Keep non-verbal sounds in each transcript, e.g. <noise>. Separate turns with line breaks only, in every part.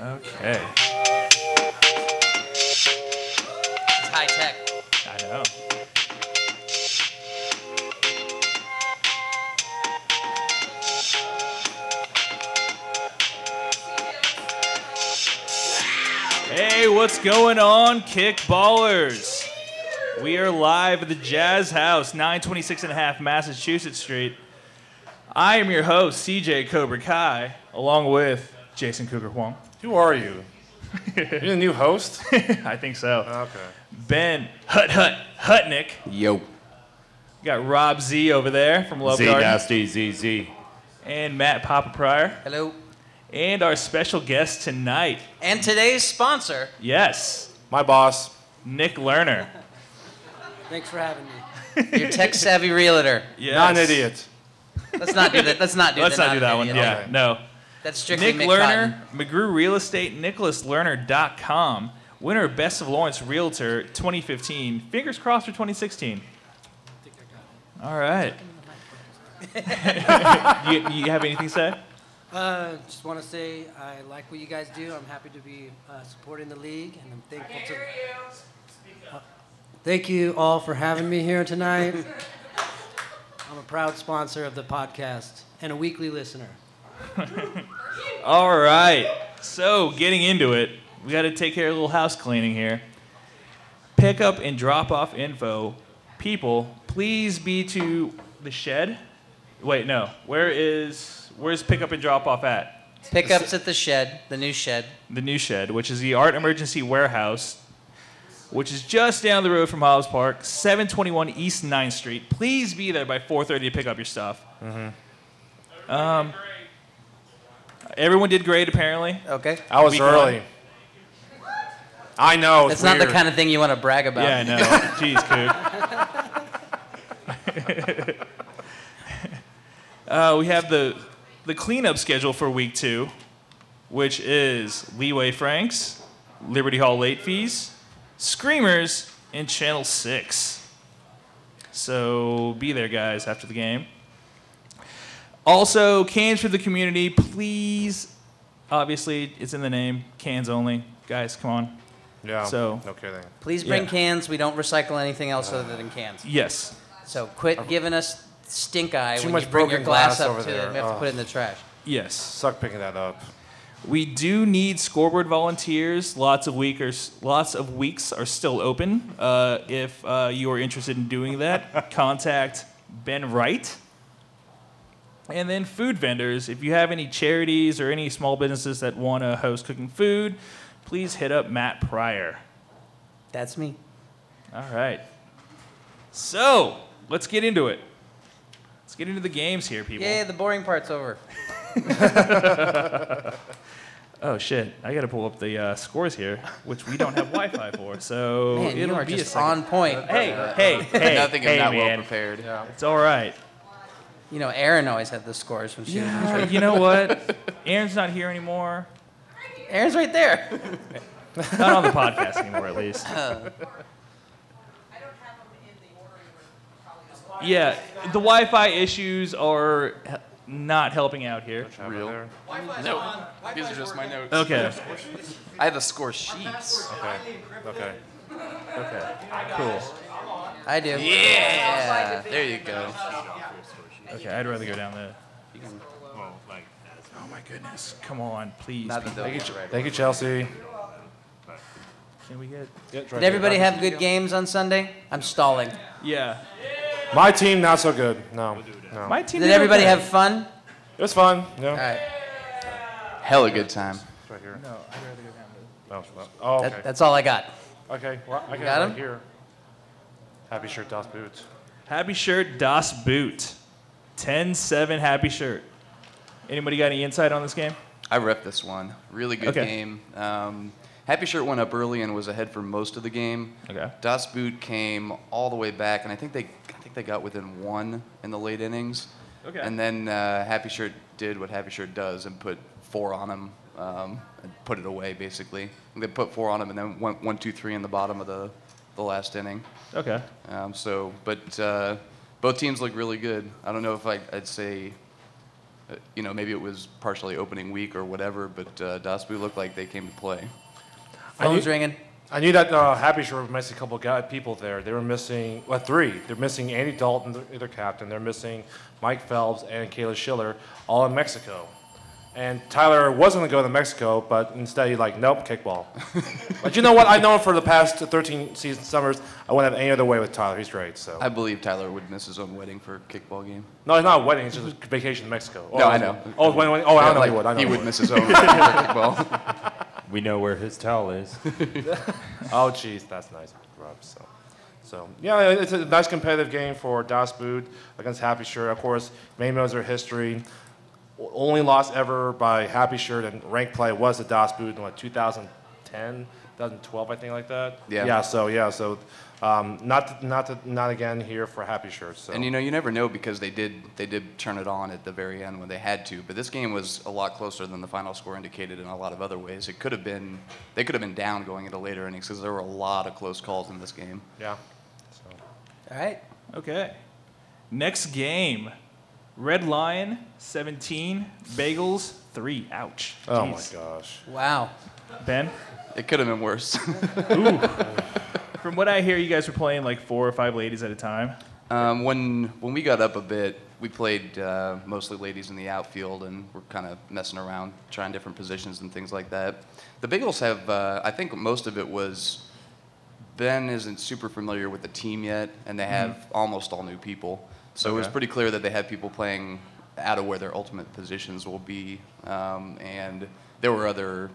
Okay.
It's high tech. <laughs>
I know. Hey, what's going on, kickballers? We are live at the Jazz House, 926 and a half Massachusetts Street. I am your host, CJ Cobra Kai, along with Jason Cougar Huang.
Who are you? <laughs> You're the new host?
<laughs> I think so.
Okay.
Ben Hut Hut Hutnick.
Yo.
We got Rob Z over there from Love
Z
Garden.
Nasty Z Z.
And Matt Papa Pryor.
Hello.
And our special guest tonight,
And today's sponsor.
yes,
My boss.
Nick Lerner.
Thanks for having me.
Your tech savvy realtor.
<laughs> Yes.
Not an idiot.
Let's not do that. Let's not do
Let's
that.
not do that one. Yeah,
Okay.
no.
That's strictly
Nick
Mick
Lerner, McGrew Real Estate, NicholasLerner.com, winner of Best of Lawrence Realtor 2015. Fingers crossed for 2016. All right. you, you have anything to say?
<laughs> Uh, just want to say I like what you guys do. I'm happy to be uh, supporting the league, and I'm thankful to. Uh, thank you all for having me here tonight. <laughs> I'm a proud sponsor of the podcast and a weekly listener.
All right. So, getting into it, we got to take care of a little house cleaning here. Pick up and drop off info. People, please be to the shed. Wait, no. Where is where's pickup and drop off at?
Cotton. Pickups at the shed, the new shed.
The new shed, which is the Art Emergency Warehouse, which is just down the road from Hobbs Park, 721 East 9th Street. Please be there by 4:30 to pick up your stuff. Mm-hmm.
Mm-hmm.
Um, everyone did great apparently.
Okay.
I was
Week
early.
one.
I know. It's
That's not the
weird.
kind of thing you want to brag about. <laughs>
Yeah, I know. Jeez, Coop. uh, we have the the cleanup schedule for week two, which is Leeway Franks, Liberty Hall late fees, Screamers, and Channel Six. So be there, guys, after the game. Also, cans for the community, please. Obviously, it's in the name. Cans only, guys. Come on.
Yeah.
So-
No kidding.
Please bring
Yeah.
cans. We don't recycle anything else other than cans.
Yes,
So quit giving us stink eye
Too
when
much
you bring your
broken
glass,
glass
up
over
to
there.
it. We have
Oh.
to put it in the trash.
yes.
Suck picking that up.
We do need scoreboard volunteers. Lots of weekers, lots of weeks are still open. Uh, if uh, you are interested in doing
<laughs>
that, contact Ben Wright. And then food vendors. If you have any charities or any small businesses that want to host cooking food, please hit up Matt Pryor.
That's me.
All right. So let's get into it. Let's get into the games here, people.
Yay, the boring part's over.
<laughs>
<laughs>
Oh shit! I gotta pull up the uh, scores here, which we don't have Wi-Fi
<laughs>
for, so
Man, you
it'll
are
be a
just
second.
on point.
<laughs> Hey, hey, hey,
Nothing
hey,
I'm not well
man.
prepared.
It's all right.
You know, Erin always had the scores when she was.
Uh, you know what? Aaron's not here anymore.
Aaron's right there.
<laughs>
Uh.
Not on the podcast anymore, at least.
<laughs>
<laughs> Yeah, the Wi-Fi issues are he- not helping out here.
Real. No. These are just my notes.
Okay.
I have the score sheets.
Okay. Okay.
Okay. Cool.
I do.
Yeah. There you go.
Okay, I'd rather go down the. Oh my goodness! Come on, please.
Not the
Thank you,
double.
Ch- thank you, Chelsea.
Can we get?
<laughs> Did everybody have good games on Sunday? I'm stalling.
Yeah.
My team not so good. No. No.
My team.
Did everybody
okay.
have fun?
It was fun. Yeah.
All right.
Hella good time.
It's right here.
No, I'd rather go down the.
No. Oh, okay.
That, that's all I got.
okay. Well, I got,
got
it
him?
right here. Happy shirt, DOS boots.
Happy Shirt Das Boot. 10 7 Happy Shirt. Anybody got any insight on this game?
I rep this one. Really good
Okay.
game. Um, Happy Shirt went up early and was ahead for most of the game.
Okay.
Das Boot came all the way back, and I think they, I think they got within one in the late innings.
Okay.
And then uh, Happy Shirt did what Happy Shirt does and put four on him um, and put it away basically. They put four on him and then went one, two, three in the bottom of the, the last inning.
Okay.
Um, so, but uh, both teams look really good. I don't know if I, I'd say uh, you know, maybe it was partially opening week or whatever, but uh, Das Boot looked like they came to play.
I
Phone's
knew,
ringing.
I knew that uh, Happy Shore was missing a couple of guy, people there. They were missing, well, three. They're missing Andy Dalton, their, their captain. They're missing Mike Phelps and Kayla Schiller, all in Mexico. And Tyler was going to go to Mexico, but instead he's like, nope, kickball. but you know what? I know him for the past 13 season summers. I wouldn't have any other way with Tyler. He's great. So
I believe Tyler would miss his own wedding for a kickball game.
no, it's not a wedding. It's just a vacation to Mexico. Oh,
No, I know.
Oh, when, when, oh, I
Yeah,
know
like,
he would. I know <laughs>
he
he
would miss his own for kickball.
<laughs> We know where his towel
<laughs>
is.
Oh, jeez, that's nice, Rob. So, so yeah, it's a nice competitive game for Das Boot against Happy Shirt. Of course, Maine knows their history. O- Only loss ever by Happy Shirt and rank play was to Das Boot in what 2010, 2012, I think, like that.
Yeah.
Yeah. So yeah. So, um, not not not again here for Happy Shirt. So.
And you know, you never know because they did they did turn it on at the very end when they had to. But this game was a lot closer than the final score indicated in a lot of other ways. It could have been they could have been down going into later innings because there were a lot of close calls in this game.
yeah. So.
All right.
Okay. Next game Red Lion 17, Bagels 3. Ouch.
Oh my
Jeez.
gosh.
Wow.
Ben,
It could have
<laughs>
been worse.
from what I hear, you guys were playing like four or five ladies at a time.
um, when when we got up a bit, we played uh, mostly ladies in the outfield and we're kind of messing around, trying different positions and things like that. The Bengals have, uh, I think, most of it was Ben isn't super familiar with the team yet, and they
Mm-hmm.
have almost all new people. So it was
Okay.
pretty clear that they had people playing out of where their ultimate positions will be. Um, and there were other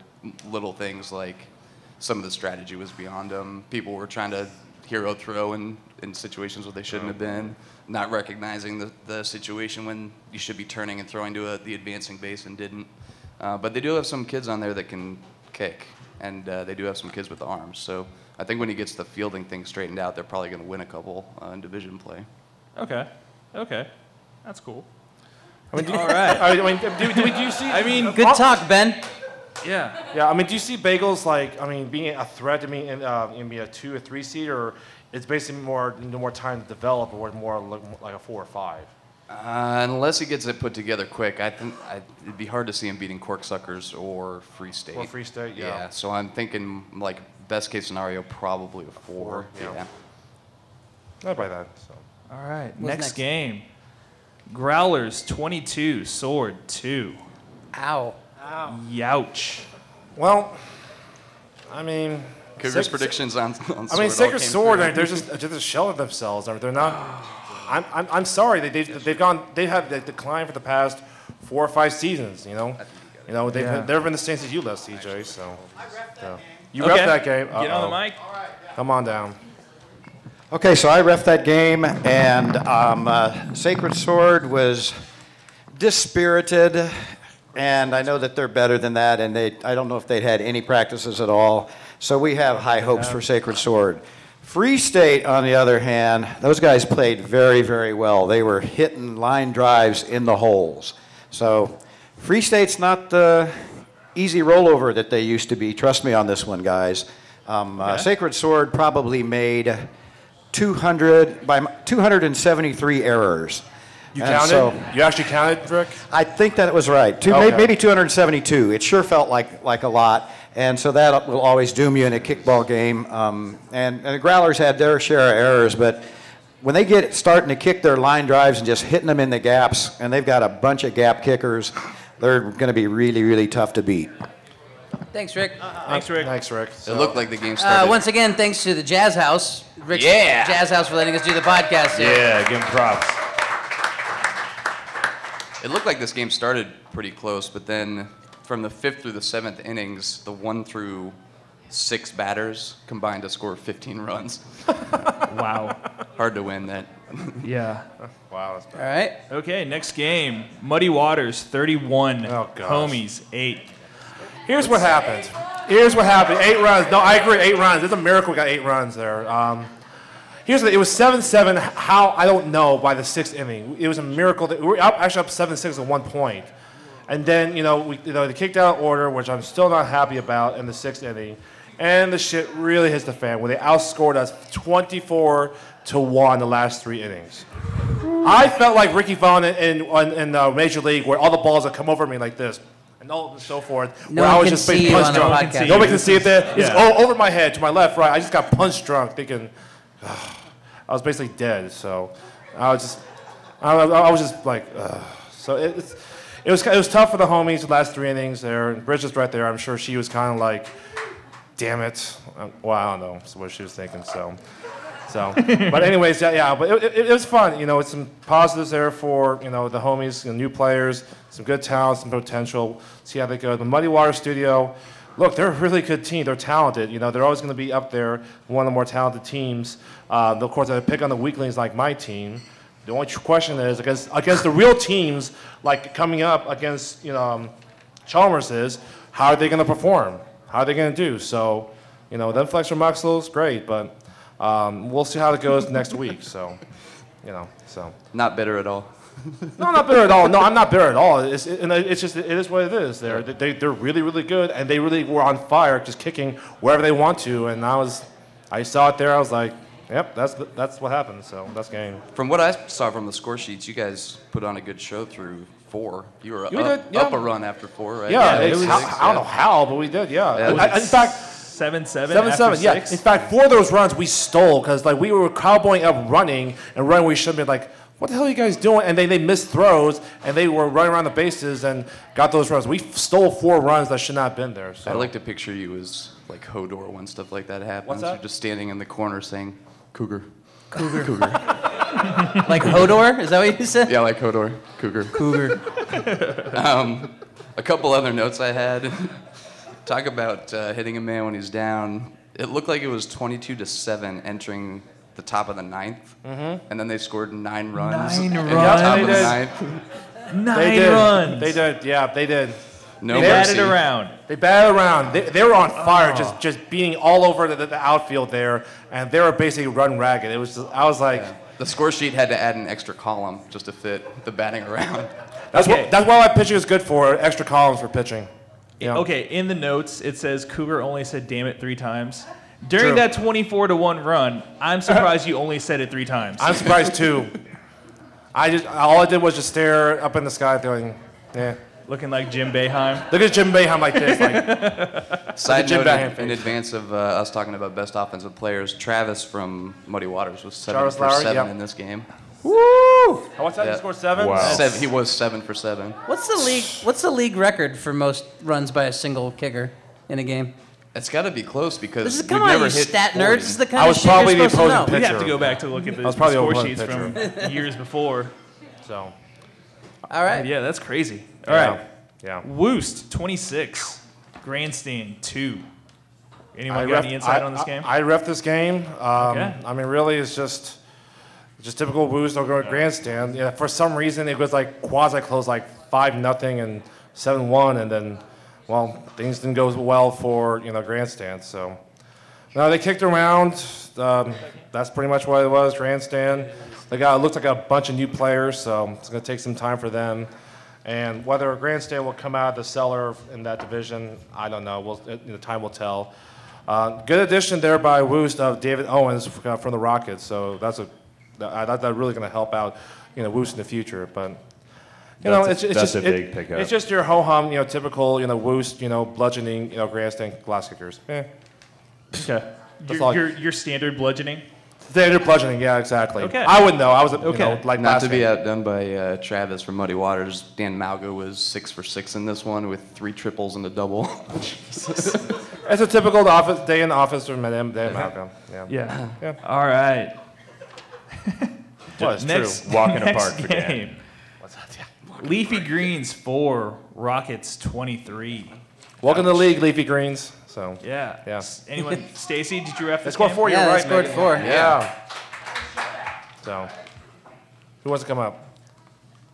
little things like some of the strategy was beyond them. People were trying to hero throw in, in situations where they shouldn't have been, not recognizing the, the situation when you should be turning and throwing to a, the advancing base and didn't. Uh, but they do have some kids on there that can kick, and uh, they do have some kids with arms. So I think when he gets the fielding thing straightened out, they're probably going to win a couple uh, in division play.
Okay. Okay. That's cool.
I mean,
<laughs>
do,
All right.
I mean, do, do, do you see? Oh.
I mean,
Good talk, Ben.
Yeah.
Yeah, I mean, do you see bagels like I mean being a threat to me in, uh, in be a two or three seed, or it's basically more no more time to develop, or more like, like a four or five?
Uh, unless he gets it put together quick, I think I, it'd be hard to see him beating Corksuckers or Free State.
Or Free State, yeah.
So I'm thinking like best case scenario, probably a four.
four, yeah. Not by that. So
All right.
What's
Next,
next?
game Growlers 22, Sword 2.
Ow.
Youch.
well, I mean,
Cougars
Sick-
predictions on, on
I mean,
Sword all
Sacred
came
Sword,
through.
like, they're just they're just a shell of themselves. I mean, they're
<sighs>
not. I'm, I'm, I'm sorry. They they've, they've gone. They have they declined for the past four or five seasons. You know, you know they've
Yeah.
been, they've been the same since you left, CJ. So I that game. You
Okay.
ref that game.
Get on
Uh-oh.
the mic.
Come on down.
Okay, so I ref that game, and um, uh, Sacred Sword was dispirited, and I know that they're better than that, and they I don't know if they'd had any practices at all. So we have high hopes for Sacred Sword. Free State, on the other hand, those guys played very, very well. They were hitting line drives in the holes. So Free State's not the easy rollover that they used to be. Trust me on this one, guys. Um, uh, Sacred Sword probably made 200 by m- 273 errors.
You
And
counted?
so-
you actually counted, Rick?
I think that was right. Two, may-
Okay.
Maybe 272. It sure felt like, like a lot. And so that will always doom you in a kickball game. Um, and, and the Growlers had their share of errors, but when they get starting to kick their line drives and just hitting them in the gaps, and they've got a bunch of gap kickers, they're going to be really, really tough to beat.
Thanks, Rick.
Thanks, Rick.
Thanks, Rick.
It looked like the game started.
Uh, once again, thanks to the Jazz House, Rick's
Yeah.
Jazz House, for letting us do the podcast. here.
Yeah, give him props.
It looked like this game started pretty close, but then from the fifth through the seventh innings, the one through six batters combined to score 15 runs.
Wow.
Hard to win that.
Yeah.
Wow, that's bad.
All right.
Okay, next game. Muddy Waters, 31.
Oh, gosh.
Homies, 8.
Here's what happened. Here's what happened. Eight runs. No, I agree. Eight runs. It's a miracle we got eight runs there. Um, here's the, it was seven seven. How I don't know by the sixth inning. It was a miracle that we were up, actually up seven six at one point, and then you know we you know they kicked out of order, which I'm still not happy about in the sixth inning. And the shit really hits the fan when they outscored us 24 to 1 the last three innings. I felt like Ricky Vaughn in, in, in uh, Major League where all the balls would come over me like this. And all and so forth.
No
where
one
I was
can
just being
see you
punch
on the
drunk.
podcast.
Nobody can see it there. It's
Yeah.
all over my head, to my left, right. I just got punch drunk thinking, I was basically dead, so I was just, I, I I was just like, ugh. so it, it's, it was it was tough for the homies the last three innings there. And Bridget's right there. I'm sure she was kind of like, damn it. Um, well, I don't know that's what she was thinking. So, so, but anyways, yeah, yeah. But it, it, it was fun. You know, it's some positives there for you know the homies, you know, new players, some good talent, some potential. See how they go. The Muddy Water Studio. Look, they're a really good team. They're talented. You know, they're always going to be up there, one of the more talented teams. Uh, of course, I pick on the weaklings like my team. The only question is against against the real teams, like coming up against you know um, Chalmers is, how are they going to perform? How are they going to do? So, you know, them flexor muxles, great, but um, we'll see how it goes next week. So, you know, so
Not bitter at all.
no, I'm not bitter at all. No, I'm not bitter at all. It's, it, and it's just it is what it is. They're they, they're really really good, and they really were on fire, just kicking wherever they want to. And I was, I saw it there. I was like, yep, that's the- that's what happened. So that's game.
From what I saw from the score sheets, you guys put on a good show through four. You were
You
up,
did, yeah.
up a run after four, right?
Yeah,
it
it's,
was-
how- I don't know how, but we did. Yeah,
Yeah, it was
I- I- in fact,
Seven seven.
Seven
after
seven, yeah.
six?
In fact, four of those runs we stole because like we were cowboying up running and running. We should have been like, what the hell are you guys doing? And they they missed throws and they were running around the bases and got those runs. We f- stole four runs that should not have been there. So
I like to picture you as like Hodor when stuff like that happens.
that?
You're just standing in the corner saying, "Cougar."
<laughs> Like Hodor? Is that what you said?
Yeah, like Hodor, Cougar.
Cougar.
A couple other notes I had. <laughs> Talk about uh, hitting a man when he's down. It looked like it was 22 to seven entering the top of the 9th
Mm-hmm.
and then they scored nine runs.
Nine
in
runs.
The top of
They
the
did.
ninth.
Nine
they did.
runs.
They did. Yeah, they did.
No
They
mercy.
batted around. Oh.
They batted around. They, they were on fire, just just beating all over the, the outfield there, and they were basically run ragged. It was just, I was like.
The score sheet had to add an extra column just to fit the batting around.
<laughs> That's
Okay.
what that's why my pitching is good for extra columns for pitching. Yeah.
Okay, in the notes it says Cougar only said "damn it" three times. During
True.
that 24 to one run, I'm surprised you only said it three times.
I'm surprised too. I just all I did was just stare up in the sky, feeling, yeah.
Looking like Jim Beheim.
Look at Jim Beheim like this,
<laughs>
like
<laughs> Side
Jim
note
Beheim
in advance of uh, us talking about best offensive players, Travis from Muddy Waters was seven
Travis
for
Lowry,
seven
yeah.
in this game.
woo. What's that?
Yeah.
He scored seven.
Wow.
Seven, he was seven for seven.
What's the league? What's the league record for most runs by a single kicker in a game?
It's got to be close because
This is
we've
come on,
never
you
hit
stat
40.
nerds. This is the kind
I
of
was
shit you're
probably the
supposed to know.
opposing
We have
Pitcher.
to go back to look at the,
was probably
the score
overrun
sheets
<laughs>
from years before.
So
All right.
Yeah, that's crazy. All right,
yeah. yeah.
Woost 26, Grandstand 2. Anyone
I
got
ref-
any insight
I-
on this
I-
game?
I, ref this game. Um,
Okay.
I mean, really, it's just just typical Woos. They'll go to grandstand. Yeah, for some reason, it was like quasi close, like five nothing and seven one, and then well, things didn't go well for you know grandstand. So no, they kicked around. Um, that's pretty much what it was. Grandstand. They got it looked like a bunch of new players, so it's going to take some time for them. And whether a grandstand will come out of the cellar in that division, I don't know. We'll, uh, you know, time will tell. Uh, good addition there by Woost of David Owens f- uh, from the Rockets. So that's a that, uh, that, that really going to help out, you know, Woost in the future. But you know,
That's
it's,
a- that's
it's just
a
it-
big pickup.
It's just your ho hum, you know, typical, you know, Woost, you know, bludgeoning, you know, grandstand glass kickers. Eh.
okay. Your,
all-
your, your standard bludgeoning.
Standard bludgeoning, yeah, exactly.
Okay.
I wouldn't know. I was, you
Okay.
know, like
Not
last
to be
game.
outdone by uh, Travis from Muddy Waters, Dan Malgo was six for six in this one with three triples and a double. <laughs>
<laughs>
It's a typical office day in the office for Madame Madame Malcolm. Yeah.
Uh-huh. Yeah.
Yeah.
All right.
Well, it's
Next,
true. <laughs>
Walking
next
apart for Dan.
game. Leafy Greens 4, Rockets 23.
Welcome to the league, Leafy Greens. So
Yeah.
Yeah.
S-
<laughs>
Anyone? Stacy, did you ref
they
this
scored
game?
four.
Yeah,
you're
they
right.
scored
Megan.
four.
Yeah. So who wants to come up?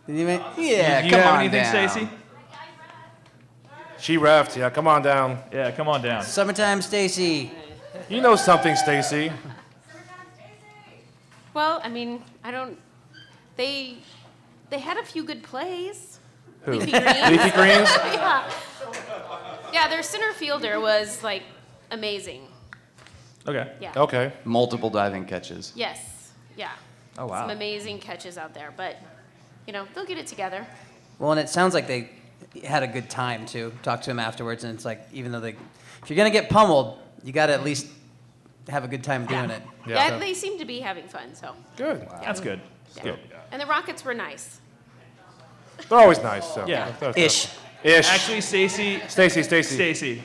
Did you make- yeah.
Do you
Come
have
on
anything,
down.
Stacy?
She refed. Yeah, come on down.
Yeah, come on down.
Summertime, Stacy.
You know something, Stacy.
Well, I mean, I don't. They they had a few good plays.
<laughs>
Who?
Leafy Greens. <laughs>
Leafy Greens.
yeah. Yeah, their center fielder was like amazing.
Okay.
Yeah.
Okay.
Multiple diving catches.
Yes. Yeah.
Oh, wow.
Some amazing catches out there, but you know they'll get it together.
Well, and it sounds like they had a good time too. Talk to him afterwards, and it's like even though they, if you're gonna get pummeled, you gotta at least have a good time doing it.
Yeah.
Yeah.
they seem to be having fun. So.
Good.
That's good.
Yeah.
Good.
And the Rockets were nice.
They're always nice. So.
Yeah.
That's-
Ish.
Ish.
Actually, Stacy,
Stacy, Stacy.
Stacy,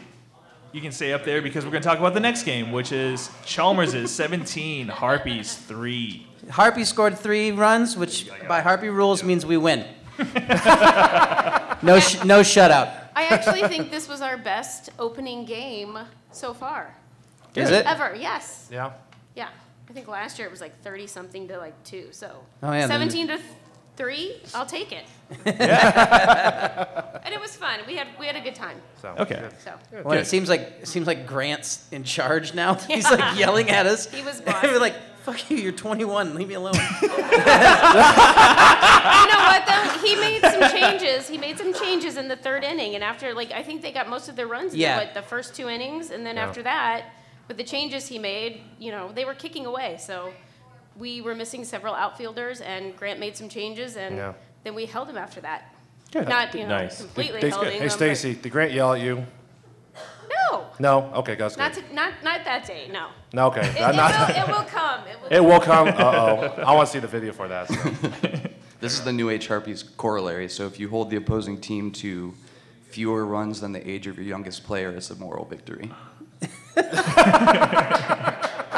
you can stay up there because we're going to talk about the next game, which is Chalmers' 17, Harpies 3.
Harpy scored three runs, which by Harpy rules means we
<laughs>
win. no, sh- no shutout.
I actually think this was our best opening game so far
Is it?
ever. Yes.
Yeah.
Yeah. I think last year it was like thirty something to like two. So.
Oh, yeah, then-
Seventeen to th- three. I'll take it. <laughs> and it was fun. We had we had a good time.
So.
Okay.
good.
So.
Well, it seems like it seems like Grant's in charge now. <laughs> He's like yelling at us.
He
<laughs>
was bossy.
We're like, "Fuck you! You're 21. Leave me
<laughs>
alone."
you know what though? He made some changes. He made some changes in the third inning, and after like I think they got most of their runs in
Yeah.
the, what, the first two innings, and then after that, with the changes he made, you know they were kicking away. So we were missing several outfielders, and Grant made some changes, and
Yeah.
then we held him after that.
Good.
Not you know
Nice.
completely
Hey,
holding
hey
him,
Stacy, did Grant yell at you?
but- No,
No. Okay, that's
not
good.
to, not not that day. No,
No. Okay.
it,
Not-
it
not-
will, it will come. It will.
it will come. Uh oh. I want to see the video for that. So.
<laughs> This is the New Age Harpies corollary. So if you hold the opposing team to fewer runs than the age of your youngest player, it's a moral victory.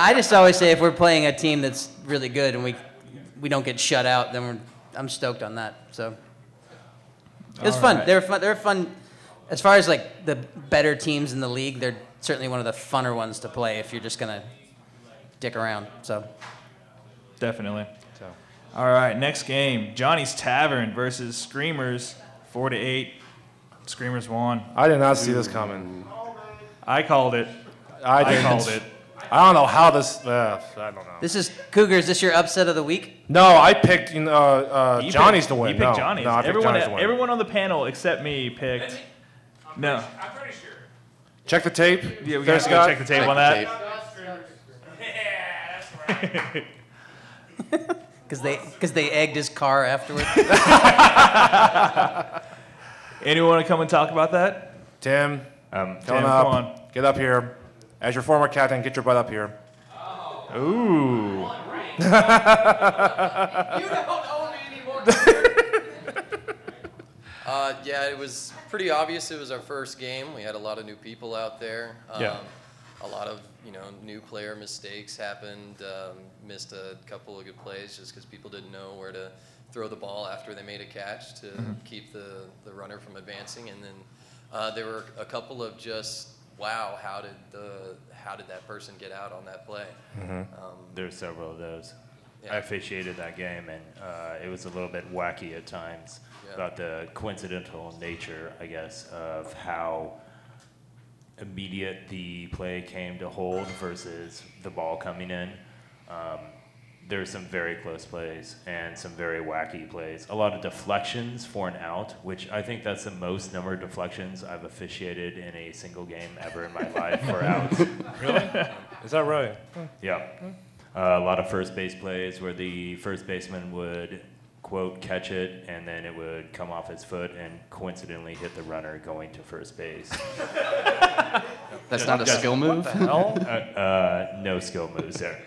I just always say if we're playing a team that's really good and we we don't get shut out, then we're I'm stoked on that. So it was fun. They're fun. They're fun. As far as like the better teams in the league, they're certainly one of the funner ones to play if you're just gonna dick around. So
Definitely.
so.
All right, next game Johnny's Tavern versus Screamers, 4 to 8. Screamers won.
I did not see this coming.
I called it.
I,
I
didn't.
called it.
I don't know how this. Uh, I don't know.
this is Cougars. This your upset of the week?
No, I picked you know, uh, uh,
You
Johnny's
picked-
to win.
You picked
no,
Johnny's.
No, I picked
everyone, e-
Johnny's to win.
everyone on the panel except me picked. No.
check the tape.
Yeah, we
There,
gotta go
Scott.
check the tape on
Like the
that.
tape.
Because they because they egged his car
<laughs>
<laughs> afterwards.
Anyone want to come and talk about that?
Tim,
Um,
come
Tim,
up.
come on.
Get up here. As your former captain, get your butt up here.
Ooh.
<laughs> <laughs>
Uh, yeah, it was pretty obvious. It was our first game. We had a lot of new people out there. Um,
Yeah.
A lot of you know new player mistakes happened. Um, missed a couple of good plays just because people didn't know where to throw the ball after they made a catch to keep the, the runner from advancing. And then uh, there were a couple of just wow, how did the how did that person get out on that play?
Mm-hmm.
Mm-hmm. There's several of those.
Um, Yeah.
I officiated that game, and uh, it was a little bit wacky at times
Yeah.
about the coincidental nature, I guess, of how immediate the play came to hold versus the ball coming in. Um, there were some very close plays and some very wacky plays. A lot of deflections for an out, which I think that's the most number of deflections I've officiated in a single game ever in my life
<laughs>
for outs.
Is that right?
Yeah. Uh, a lot of first base plays where the first baseman would, quote, catch it, and then it would come off his foot and coincidentally hit the runner going to first base.
<laughs> That's not a skill move. <laughs>
Hell? Uh, uh, no skill moves there.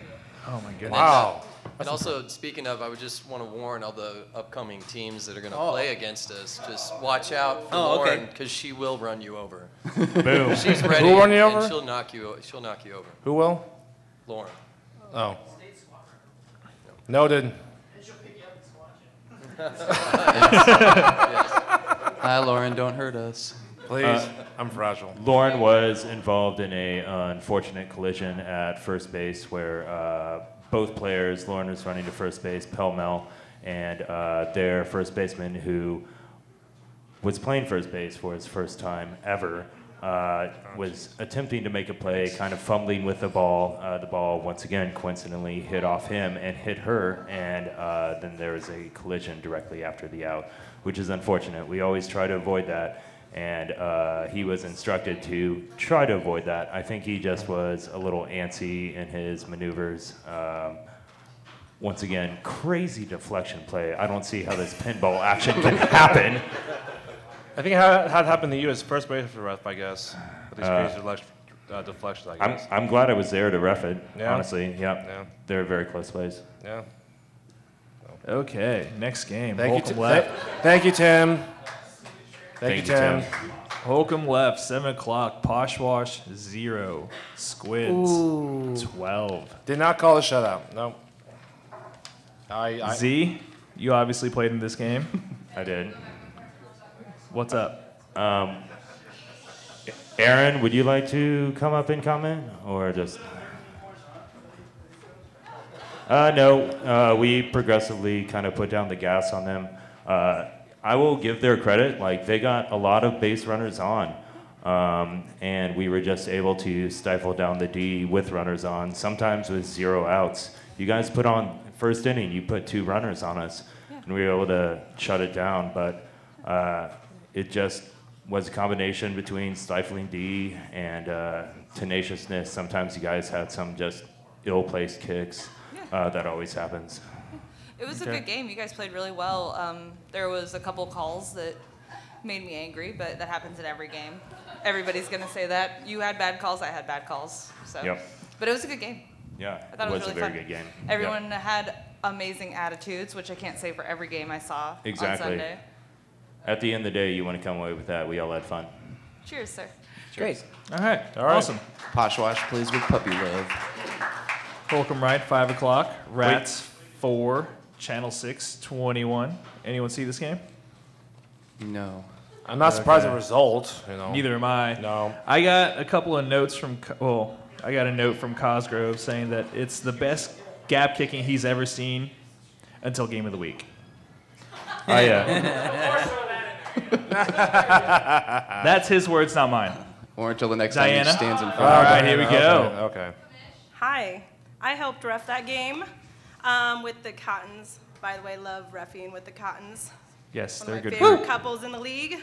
Uh,
Wow.
And also, speaking of, I would just want to warn all the upcoming teams that are going to play against us. Just watch out for
Oh, okay.
Lauren because she will run you
<laughs>
over.
Boom.
She's ready.
run you
and
over?
She'll knock you. She'll knock you over,
Who will?
<laughs>
Lauren. <laughs>
Oh. Noted.
Hi, Lauren. Don't hurt us. Uh,
Please. I'm fragile.
Lauren was involved in a unfortunate collision at first base where uh, both players, Lauren was running to first base pell mell, and uh, their first baseman, who was playing first base for his first time ever, uh, was attempting to make a play, kind of fumbling with the ball. Uh, the ball, once again, coincidentally hit off him and hit her, and uh, then there was a collision directly after the out, which is unfortunate. We always try to avoid that. and uh, he was instructed to try to avoid that. I think he just was a little antsy in his maneuvers. Um, once again, crazy deflection play. I don't see how this pinball action can happen.
I think how, how it happened to you is first base for ref, I guess. With these crazy deflect- uh, deflections, I
I'm,
guess.
I'm glad I was there to ref it,
Yeah.
honestly. Yep.
Yeah.
They're very close plays.
yeah.
Okay, next game.
Thank
Holcomb
you, Tim.
left.
Thank, thank you, Tim. Thank, you, Tim.
Holcomb left. Seven o'clock. Poshwash zero. Squids twelve.
Did not call the shutout. No. I, I
Z, you obviously played in this game.
<laughs>
I did.
What's up?
Um, Aaron, would you like to come up and comment, or just? Uh, no, uh, we progressively kind of put down the gas on them. Uh, I will give their credit; like they got a lot of base runners on, um, and we were just able to stifle down the D with runners on. Sometimes with zero outs, you guys put on first inning. You put two runners on us, and we were able to shut it down. But uh, it just was a combination between stifling D and uh, tenaciousness. Sometimes you guys had some just ill-placed kicks. Uh, that always happens.
It was
Okay.
a good game. You guys played really well. Um, there was a couple calls that made me angry, but that happens in every game. Everybody's gonna say that. You had bad calls. I had bad calls. So.
Yep.
But it was a good game.
Yeah,
I thought it was,
a
really
very
fun.
good game. Yeah.
Everyone had amazing attitudes, which I can't say for every game I saw
Exactly.
on Sunday.
At the end of the day, you want to come away with that. We all had fun.
Cheers, sir.
Great.
All right.
right.
Awesome.
Poshwash plays with puppy love.
Holcomb right. Five o'clock. Rats four. Channel six. Twenty-one. Anyone see this game?
No.
I'm not surprised at the result. You know.
Neither am I.
No.
I got a couple of notes from, Co- well, I got a note from Cosgrove saying that it's the best gap kicking he's ever seen until game of the week.
Oh,
Oh,
I,
<laughs>
uh,
That's his words, not mine.
Or until the next time
Diana?
he stands in front
All
of
right, here we go.
Okay.
Hi, I helped ref that game um, with the Cottons. By the way, love refing with the Cottons.
Yes,
One
they're
of my
good.
favorite
group.
couples in the league.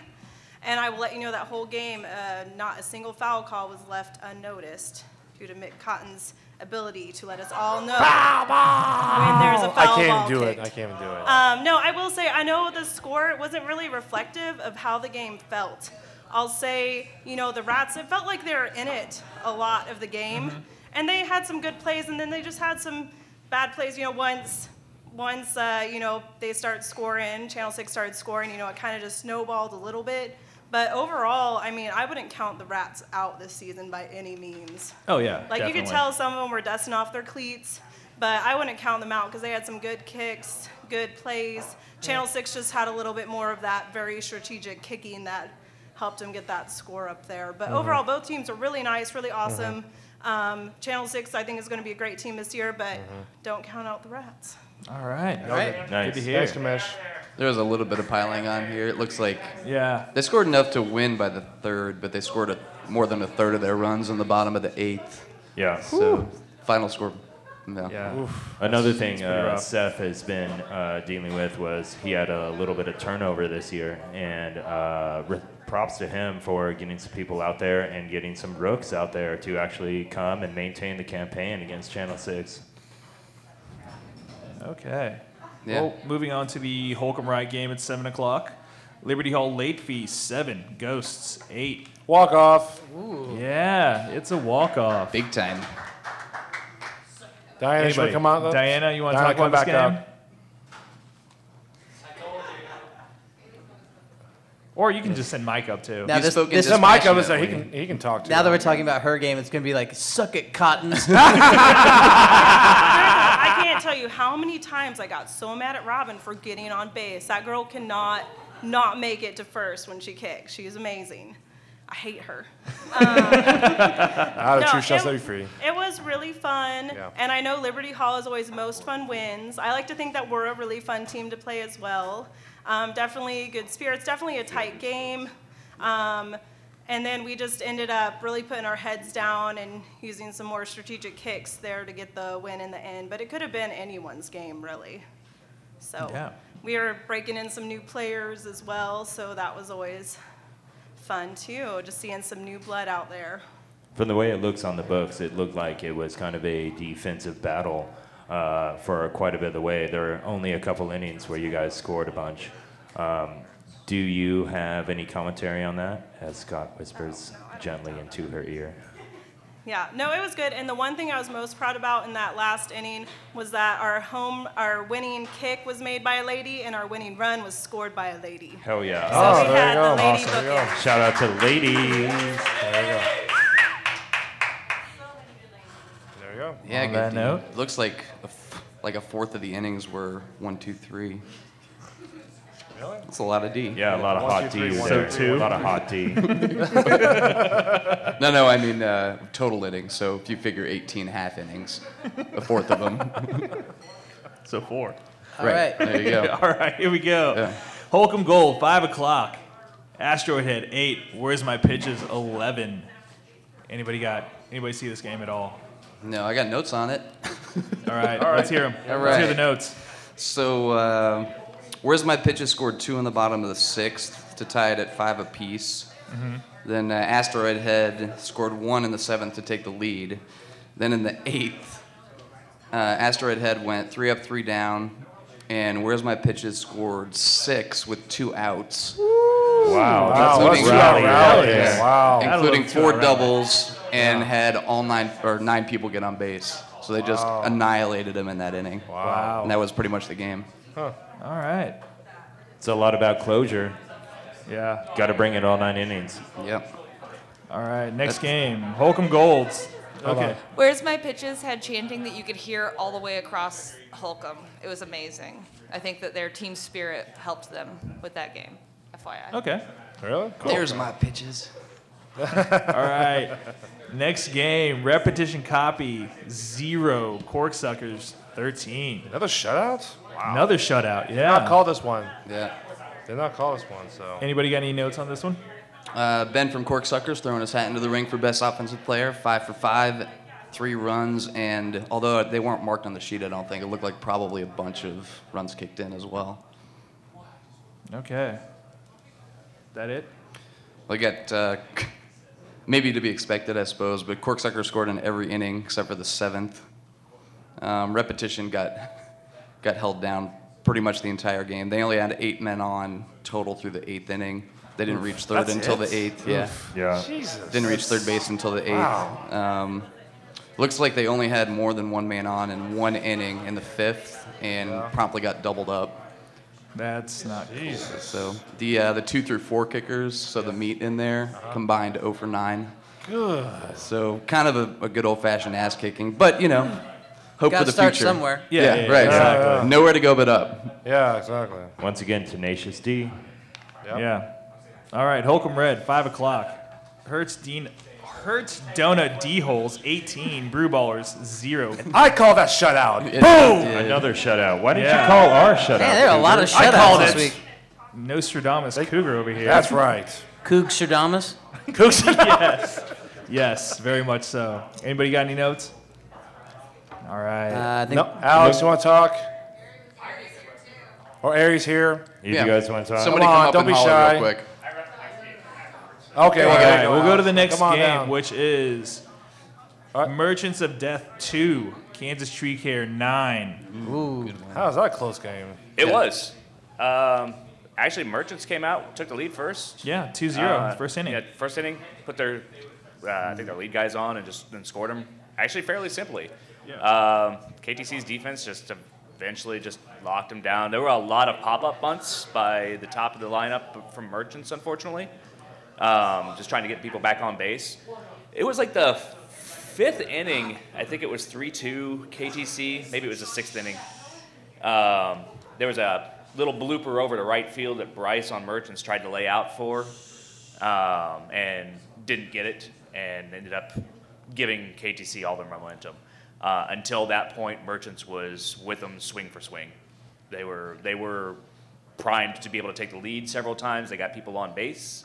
And I will let you know that whole game, uh, not a single foul call was left unnoticed due to Mick Cotton's ability to let us all know when there's a
I
foul ball
can't even do it.
kicked.
I can't even do it.
Um, no, I will say I know the score wasn't really reflective of how the game felt. I'll say, you know, the Rats, it felt like they were in it a lot of the game.
Mm-hmm.
And they had some good plays, and then they just had some bad plays. You know, once, once uh, you know, they start scoring, Channel 6 started scoring, you know, it kind of just snowballed a little bit. But overall, I mean, I wouldn't count the Rats out this season by any means.
Oh, yeah.
Like you could
definitely.
tell some of them were dusting off their cleats, but I wouldn't count them out because they had some good kicks, good plays. Channel 6 just had a little bit more of that very strategic kicking that helped them get that score up there. But overall, both teams are really nice, really awesome. Um, Channel 6, I think, is going to be a great team this year, but don't count out the Rats.
All right. All
right.
Good to
nice.
hear.
Thanks, Kamish.
There was a little bit of piling on here. It looks like
Yeah.
they scored enough to win by the third, but they scored a, more than a third of their runs in the bottom of the eighth.
Yeah.
So final score, no.
Yeah.
Another thing
pretty
uh,
rough.
Seth has been uh, dealing with was he had a little bit of turnover this year, and uh, re- props to him for getting some people out there and getting some rooks out there to actually come and maintain the campaign against Channel Six.
Okay.
Yeah.
Well, moving on to the Holcomb Ride game at 7 o'clock. Liberty Hall late fee, 7. Ghosts, 8.
Walk off.
Yeah, it's a walk-off.
Big time.
Diana, should we
Anybody?
come out?
Diana, you want to
Diana,
talk
come
about this
back
game?
up.
Or you can just send Mike up too.
Now
He's
this,
spoken
this
to-
The mic over there. He can he can talk to.
now that
you.
we're talking about her game, it's gonna be like suck it, Cottons.
I can't tell you how many times I got so mad at Robin for getting on base. That girl cannot not make it to first when she kicks. She's amazing. I hate her. Um,
out of
No,
true shall
it-
set you free.
It was really fun,
Yeah.
and I know Liberty Hall is always most fun wins. I like to think that we're a really fun team to play as well. Um, definitely good spirits. Definitely a tight game. Um, and then we just ended up really putting our heads down and using some more strategic kicks there to get the win in the end. But it could have been anyone's game, really. So
Yeah.
we were breaking in some new players as well, so that was always fun too, just seeing some new blood out there.
From the way it looks on the books, it looked like it was kind of a defensive battle uh, for quite a bit of the way. There are only a couple innings where you guys scored a bunch. Um, do you have any commentary on that? As Scott whispers gently into her ear.
Yeah, no, it was good. And the one thing I was most proud about in that last inning was that our home, our winning kick was made by a lady, and our winning run was scored by a lady.
Hell yeah.
So Oh, we had the lady
Awesome.
bookend.
Shout out to ladies. There you go.
There you go.
Yeah,
On
good
that
team.
note.
looks like a f- like a fourth of the innings were one, two, three.
Really?
That's a lot of D.
Yeah, a lot of
One,
hot
two, three,
D.
one,
there.
two, three,
A lot of hot D.
<laughs> No, no, I mean uh, total innings. So if you figure 18 half innings, a fourth of them.
So four.
<laughs> All right.
There you go.
<laughs> All right, here we go.
Yeah.
Holcomb Gold, 5 o'clock. Asteroid Head, 8. Where's My Pitches, 11. Anybody got, anybody see this game at all?
No, I got notes on it.
<laughs> All right, let's hear them.
<laughs> All
Let's hear
right.
the notes.
So, uh, where's my pitches scored two in the bottom of the sixth to tie it at five apiece.
Mm-hmm.
Then uh, Asteroid Head scored one in the seventh to take the lead. Then in the eighth, uh, Asteroid Head went three up, three down. And where's my pitches scored six with two outs,
wow.
Wow,
That's a
let's
big
go,
rally
Rally.
right there.
Wow.
That'll
including
look
four
around.
doubles, and had all nine or nine people get on base. So they just annihilated him in that inning.
Wow.
And that was pretty much the game.
All right.
It's a lot about closure.
Yeah.
Got to bring it all nine innings.
Yep.
All right, next
That's-
game Holcomb Golds. Okay.
Where's My Pitches had chanting that you could hear all the way across Holcomb. It was amazing. I think that their team spirit helped them with that game. FYI.
Okay.
Really?
There's my pitches.
<laughs> All right. Next game, repetition copy zero, Corksuckers thirteen.
Another shutout? Wow.
Another shutout.
Did not
Yeah.
call this one.
Yeah.
Did not call this one, so.
Anybody got any notes on this one?
Uh, ben from Corksuckers throwing his hat into the ring for best offensive player, five for five, three runs, and although they weren't marked on the sheet, I don't think it looked like probably a bunch of runs kicked in as well.
Okay. That it?
Like at uh, <laughs> maybe to be expected, I suppose, but Corksucker scored in every inning except for the seventh. Um, repetition got <laughs> got held down pretty much the entire game. They only had eight men on total through the eighth inning. They didn't reach third
that's
until
it?
the eighth. Yeah.
Yeah.
Jesus.
Didn't reach third base until the eighth.
Wow.
Um, looks like they only had more than one man on in one inning in the fifth, and promptly got doubled up.
That's not.
Jesus.
So the uh, the two through four kickers, so the meat in there combined 0 for nine. Good. So kind of a, a good old fashioned ass kicking, but you know, hope
Gotta
for the
start
future.
somewhere.
Yeah,
Yeah,
yeah, yeah,
right.
exactly.
Nowhere to go but up.
Yeah, exactly.
Once again, tenacious D.
Yep.
Yeah. All right, Holcomb Red, five o'clock. Hertz Dean, Hertz Donut D holes eighteen, Brew Ballers zero.
I call that shutout.
It- it-
Another shutout. Why didn't
Yeah.
you call our shutout?
Man, there are a lot of
I
shutouts
called
this
it.
week.
Nostradamus Cougar over here.
That's right.
Coog Stradamus. <laughs>
yes. Yes, very much so. Anybody got any notes? All right.
Uh, I think
No, Alex, you want to talk? Or Aries here.
If
Yeah.
you guys want to talk.
Somebody
Come
come,
on,
up
don't
and
be
holler
shy.
real quick.
Okay,
All
well, there you
right, we'll go to the next
Come on
game,
down.
which is
All right.
Merchants of Death 2, Kansas Tree Care 9.
How was that a close game?
It was. Um, actually, Merchants came out, took the lead first.
Yeah, 2 0,
Uh,
first inning.
Yeah, first inning. Put their, uh, I think their lead guys on and just and scored them. Actually, fairly simply. Um, KTC's defense just eventually just locked them down. There were a lot of pop-up bunts by the top of the lineup from Merchants, unfortunately. Um, just trying to get people back on base. It was like the fifth inning. I think it was three-two KTC. Maybe it was the sixth inning. Um, there was a little blooper over to right field that Bryce on Merchants tried to lay out for um, and didn't get it and ended up giving KTC all their momentum. Uh, until that point, Merchants was with them swing for swing. They were, they were primed to be able to take the lead several times. They got people on base.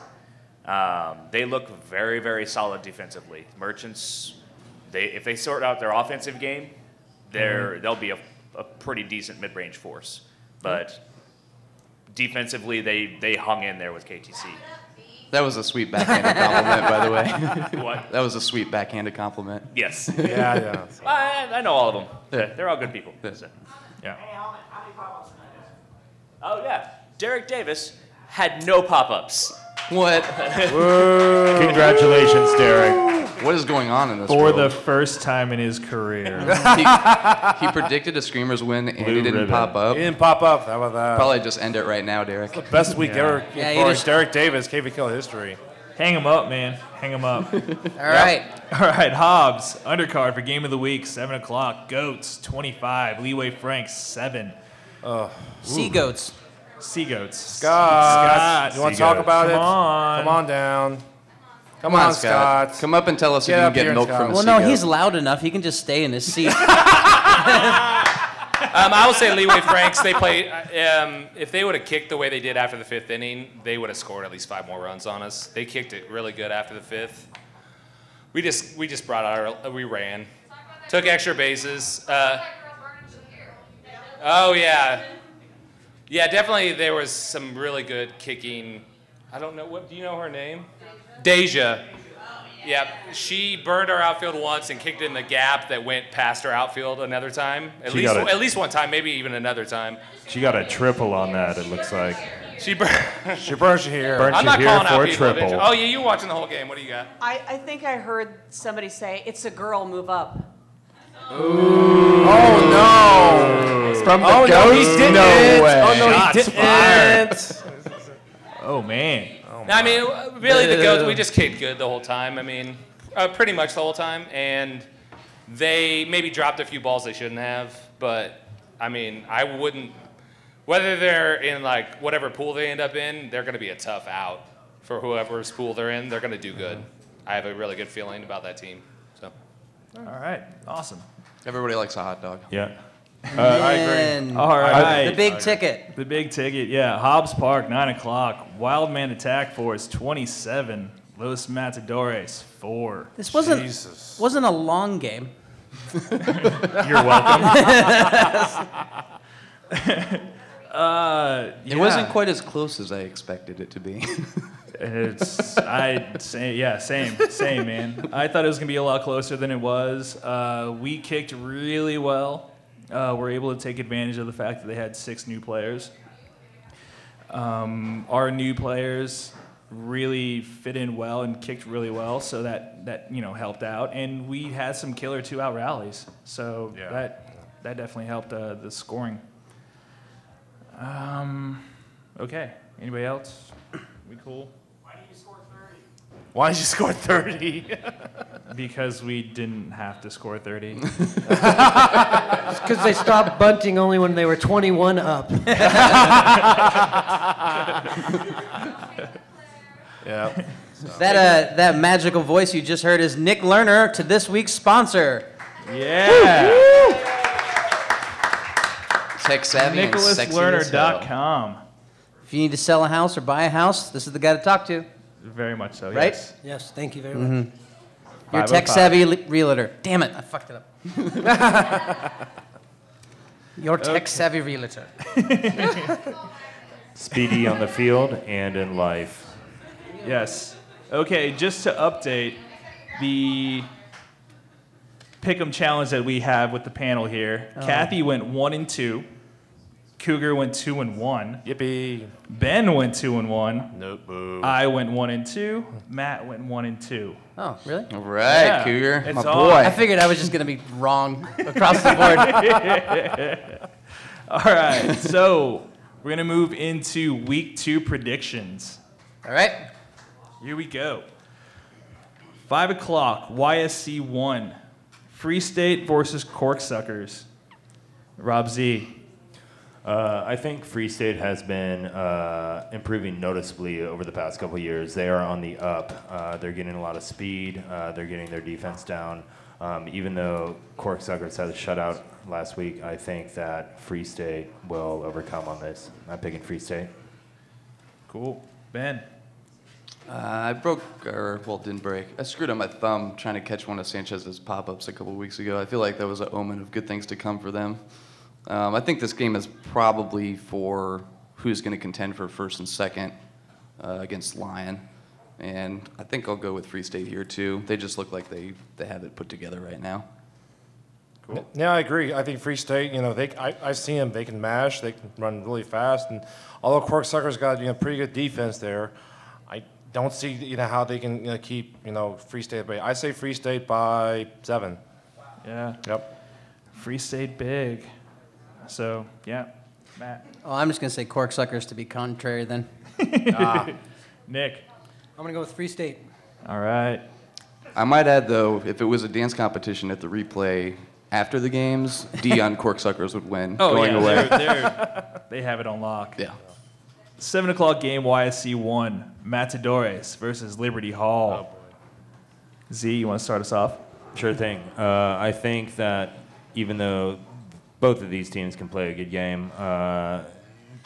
Um, they look very, very solid defensively. Merchants, they, if they sort out their offensive game, they're, they'll be a, a pretty decent mid range force.
<laughs>
But defensively, they, they hung in there with KTC.
That was a sweet
<laughs>
backhanded compliment, by the way.
What?
<laughs> That was a sweet backhanded compliment. <laughs>
Yes. I, I know all of them. They're- They're all good people. so.
Yeah.
Oh yeah, Derek Davis had no pop-ups. <laughs>
What?
Congratulations, Derek.
What is going on in this
For
world?
the first time in his career.
<laughs>
<laughs>
he, he predicted a Screamers win and
Blue
it didn't
ribbon.
pop up.
It
didn't pop up. How about that?
Probably just end it right now, Derek.
Best week ever
Yeah,
as
you
far
just-
as Derek Davis, KV Kill history.
Hang him up, man. Hang him up.
<laughs>
All
right.
All right. Hobbs, undercard for game of the week, 7 o'clock. Goats, 25. Leeway Franks, 7.
Oh.
Sea goats.
Sea goats.
Scott, you want to talk about it?
Come on.
Come on down. Come,
Come on,
on, Scott.
Scott. Come up and tell us if you can
up
get
here,
milk from
Scott.
Well, no, he's loud enough. He can just stay in his
<laughs>
seat.
Um, I will say Leeway Franks. They play.
uh,
Um, if they would have kicked the way they did after the fifth inning, they would have scored at least five more runs on us. They kicked it really good after the fifth. We just we just brought our uh, we ran, took extra bases. Uh, oh yeah, yeah, definitely. There was some really good kicking. I don't know what. Do you know her name? Deja. Yeah, she burned our outfield once and kicked it in the gap that went past our outfield another time. At
She
least
got it.
at least one time, maybe even another time.
She got a triple on that. It looks like.
She burned.
she burns
<laughs>
you here.
Burnt
I'm
you
not
here
calling out
for a
people, bitch.
triple.
Oh yeah, you watching the whole game? What do you got?
I, I think I heard somebody say, it's a girl, move up.
Oh
From
the Oh, no, goat? he didn't. Oh, no, he didn't. <laughs>
oh man.
No, I mean, really, the goats. We just kicked good the whole time. I mean, uh, pretty much the whole time, and they maybe dropped a few balls they shouldn't have. But I mean, I wouldn't. Whether they're in like whatever pool they end up in, they're going to be a tough out for whoever's pool they're in. They're going to do good. I have a really good feeling about that team. So
All right. Awesome.
Everybody likes a hot dog.
<laughs>
Yeah.
Uh,
Uh,
Man.
All right.
The big ticket.
The big ticket, yeah. Hobbs Park, 9 o'clock. Wildman Attack Force, 27. Los Matadores, 4.
This wasn't wasn't a long game.
You're
<laughs>
welcome. uh,
It
yeah.
wasn't quite as close as I expected it to be. <laughs>
It's I say yeah same same man. I thought it was gonna be a lot closer than it was. Uh, we kicked really well. Uh, we're able to take advantage of the fact that they had six new players. Um, our new players really fit in well and kicked really well, so that that you know helped out. And we had some killer two out rallies, so that that definitely helped uh, the scoring. Um, okay. Anybody else? We cool?
Why did you score 30?
<laughs> because we didn't have to score
<laughs>
30.
Because they stopped bunting only when they were 21 up. <laughs>
yeah.
<laughs> That uh, that magical voice you just heard is Nick Lerner to this week's sponsor.
Yeah.
Tech savvy and sexy as hell.
NicholasLerner.com.
If you need to sell a house or buy a house, this is the guy to talk to.
Very much so.
Right?
Yes. oh
Yes, thank you very
Mhm.
much.
Your tech savvy le- realtor. Damn it, I fucked it
<laughs>
up. Your tech savvy realtor. <laughs>
Speedy on the field and in life.
Yes. Okay, just to update the pick'em challenge that we have with the panel here.
Oh.
Kathy went one and two. Cougar went two and one. Yippee. Ben went two and one.
Nope. Boo.
I went one and two. Matt went one and two.
Oh, really?
All right,
Yeah.
Cougar,
It's
my
all-
boy.
I figured I was just going to be wrong across the board.
<laughs> All right, so we're gonna move into week two predictions.
All right.
Here we go. Five o'clock, YSC one, Free State versus Corksuckers. Rob Z.
Uh, I think Free State has been uh, improving noticeably over the past couple years. They are on the up. Uh, they're getting a lot of speed. Uh, they're getting their defense down. Um, even though Corksuckers had a shutout last week, I think that Free State will overcome on this. I'm picking Free State.
Cool. Ben.
Uh, I broke, or well, didn't break. I screwed up my thumb trying to catch one of Sanchez's pop ups a couple weeks ago. I feel like that was an omen of good things to come for them. Um, I think this game is probably for who's going to contend for first and second uh, against Lyon. And I think I'll go with Free State here too. They just look like they, they have it put together right now.
Yeah, I agree. I think Free State, you know, they I, I've seen them. They can mash. They can run really fast. And although Corksucker's got you know pretty good defense there, I don't see you know how they can you know, keep you know Free State. at bay. I say Free State by seven.
Yeah.
Yep.
Free State big. <laughs> So yeah, <laughs> Matt.
Oh, I'm just gonna say corksuckers to be contrary then.
Ah.
uh, Nick.
I'm going to go with Free State.
All right.
I might add though, if it was a dance competition at the replay after the games,
<laughs>
Dion Corksuckers would win
Oh,
going
yeah,
away.
they're- they're- <laughs> they have it on lock.
Yeah.
Seven o'clock game, YSC one, Matadores versus Liberty Hall. Z, you want to start us off?
Sure thing. Uh, I think that even though both of these teams can play a good game, uh,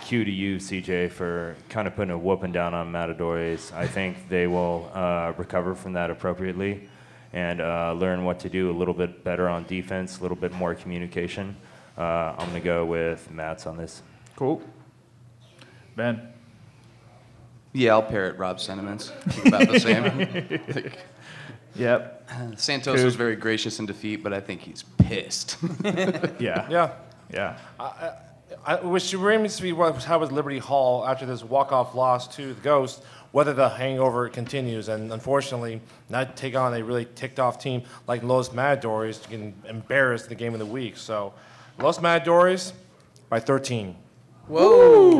cue to you, CJ, for kind of putting a whooping down on Matadores. I think they will uh, recover from that appropriately and uh, learn what to do a little bit better on defense, a little bit more communication. Uh, I'm going to go with Mats on this.
Cool. Ben.
<laughs> Yeah, I'll parrot Rob's sentiments. About the same. Like,
<laughs> Yep.
<laughs> Santos
Coop.
was very gracious in defeat, but I think he's pissed.
Yeah.
<laughs> Yeah.
I, I, I- which reminds me what how was Liberty Hall after this walk-off loss to the Ghost, whether the hangover continues, and unfortunately, not take on a really ticked-off team like Los Matadores can embarrass the game of the week. So, Los Matadores by 13.
Whoa.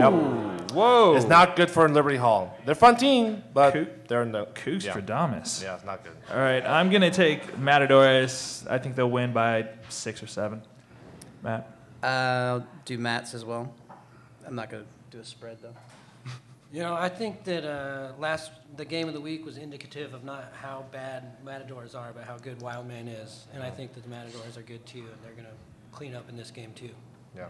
Yep.
Whoa.
It's not good for Liberty Hall. They're a fun team, but they're no.
Coos
yeah.
for Damas.
Yeah, it's not good.
All right, I'm gonna take Matadores. I think they'll win by six or seven. Matt.
Uh, I'll do Matt's as well. I'm not gonna do a spread though.
You know, I think that uh, last the game of the week was indicative of not how bad Matadors are, but how good Wildman is. And I think that the Matadors are good too, and they're going to clean up in this game too.
Yeah.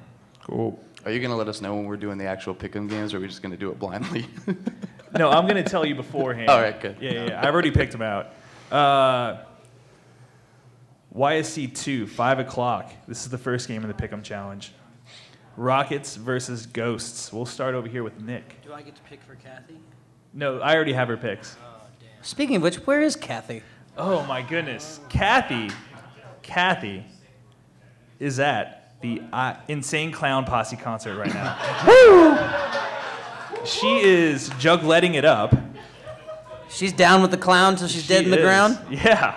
Cool.
Are you going to let us know when we're doing the actual pick'em games, or are we just going to do it blindly? <laughs>
No, I'm gonna tell you beforehand.
All right, good.
Yeah, yeah, yeah. I've already picked them out. Uh, YSC two, five o'clock. This is the first game in the Pick'em Challenge. Rockets versus Ghosts. We'll start over here with Nick.
Do I get to pick for Kathy?
No, I already have her picks.
Oh, Speaking of which, where is Kathy?
Oh my goodness, Kathy, Kathy, is at the uh, Insane Clown Posse concert right
<laughs>
now. She is juggletting it up.
She's down with the Uh, clown till she's dead
She
in the
is.
ground.
Yeah.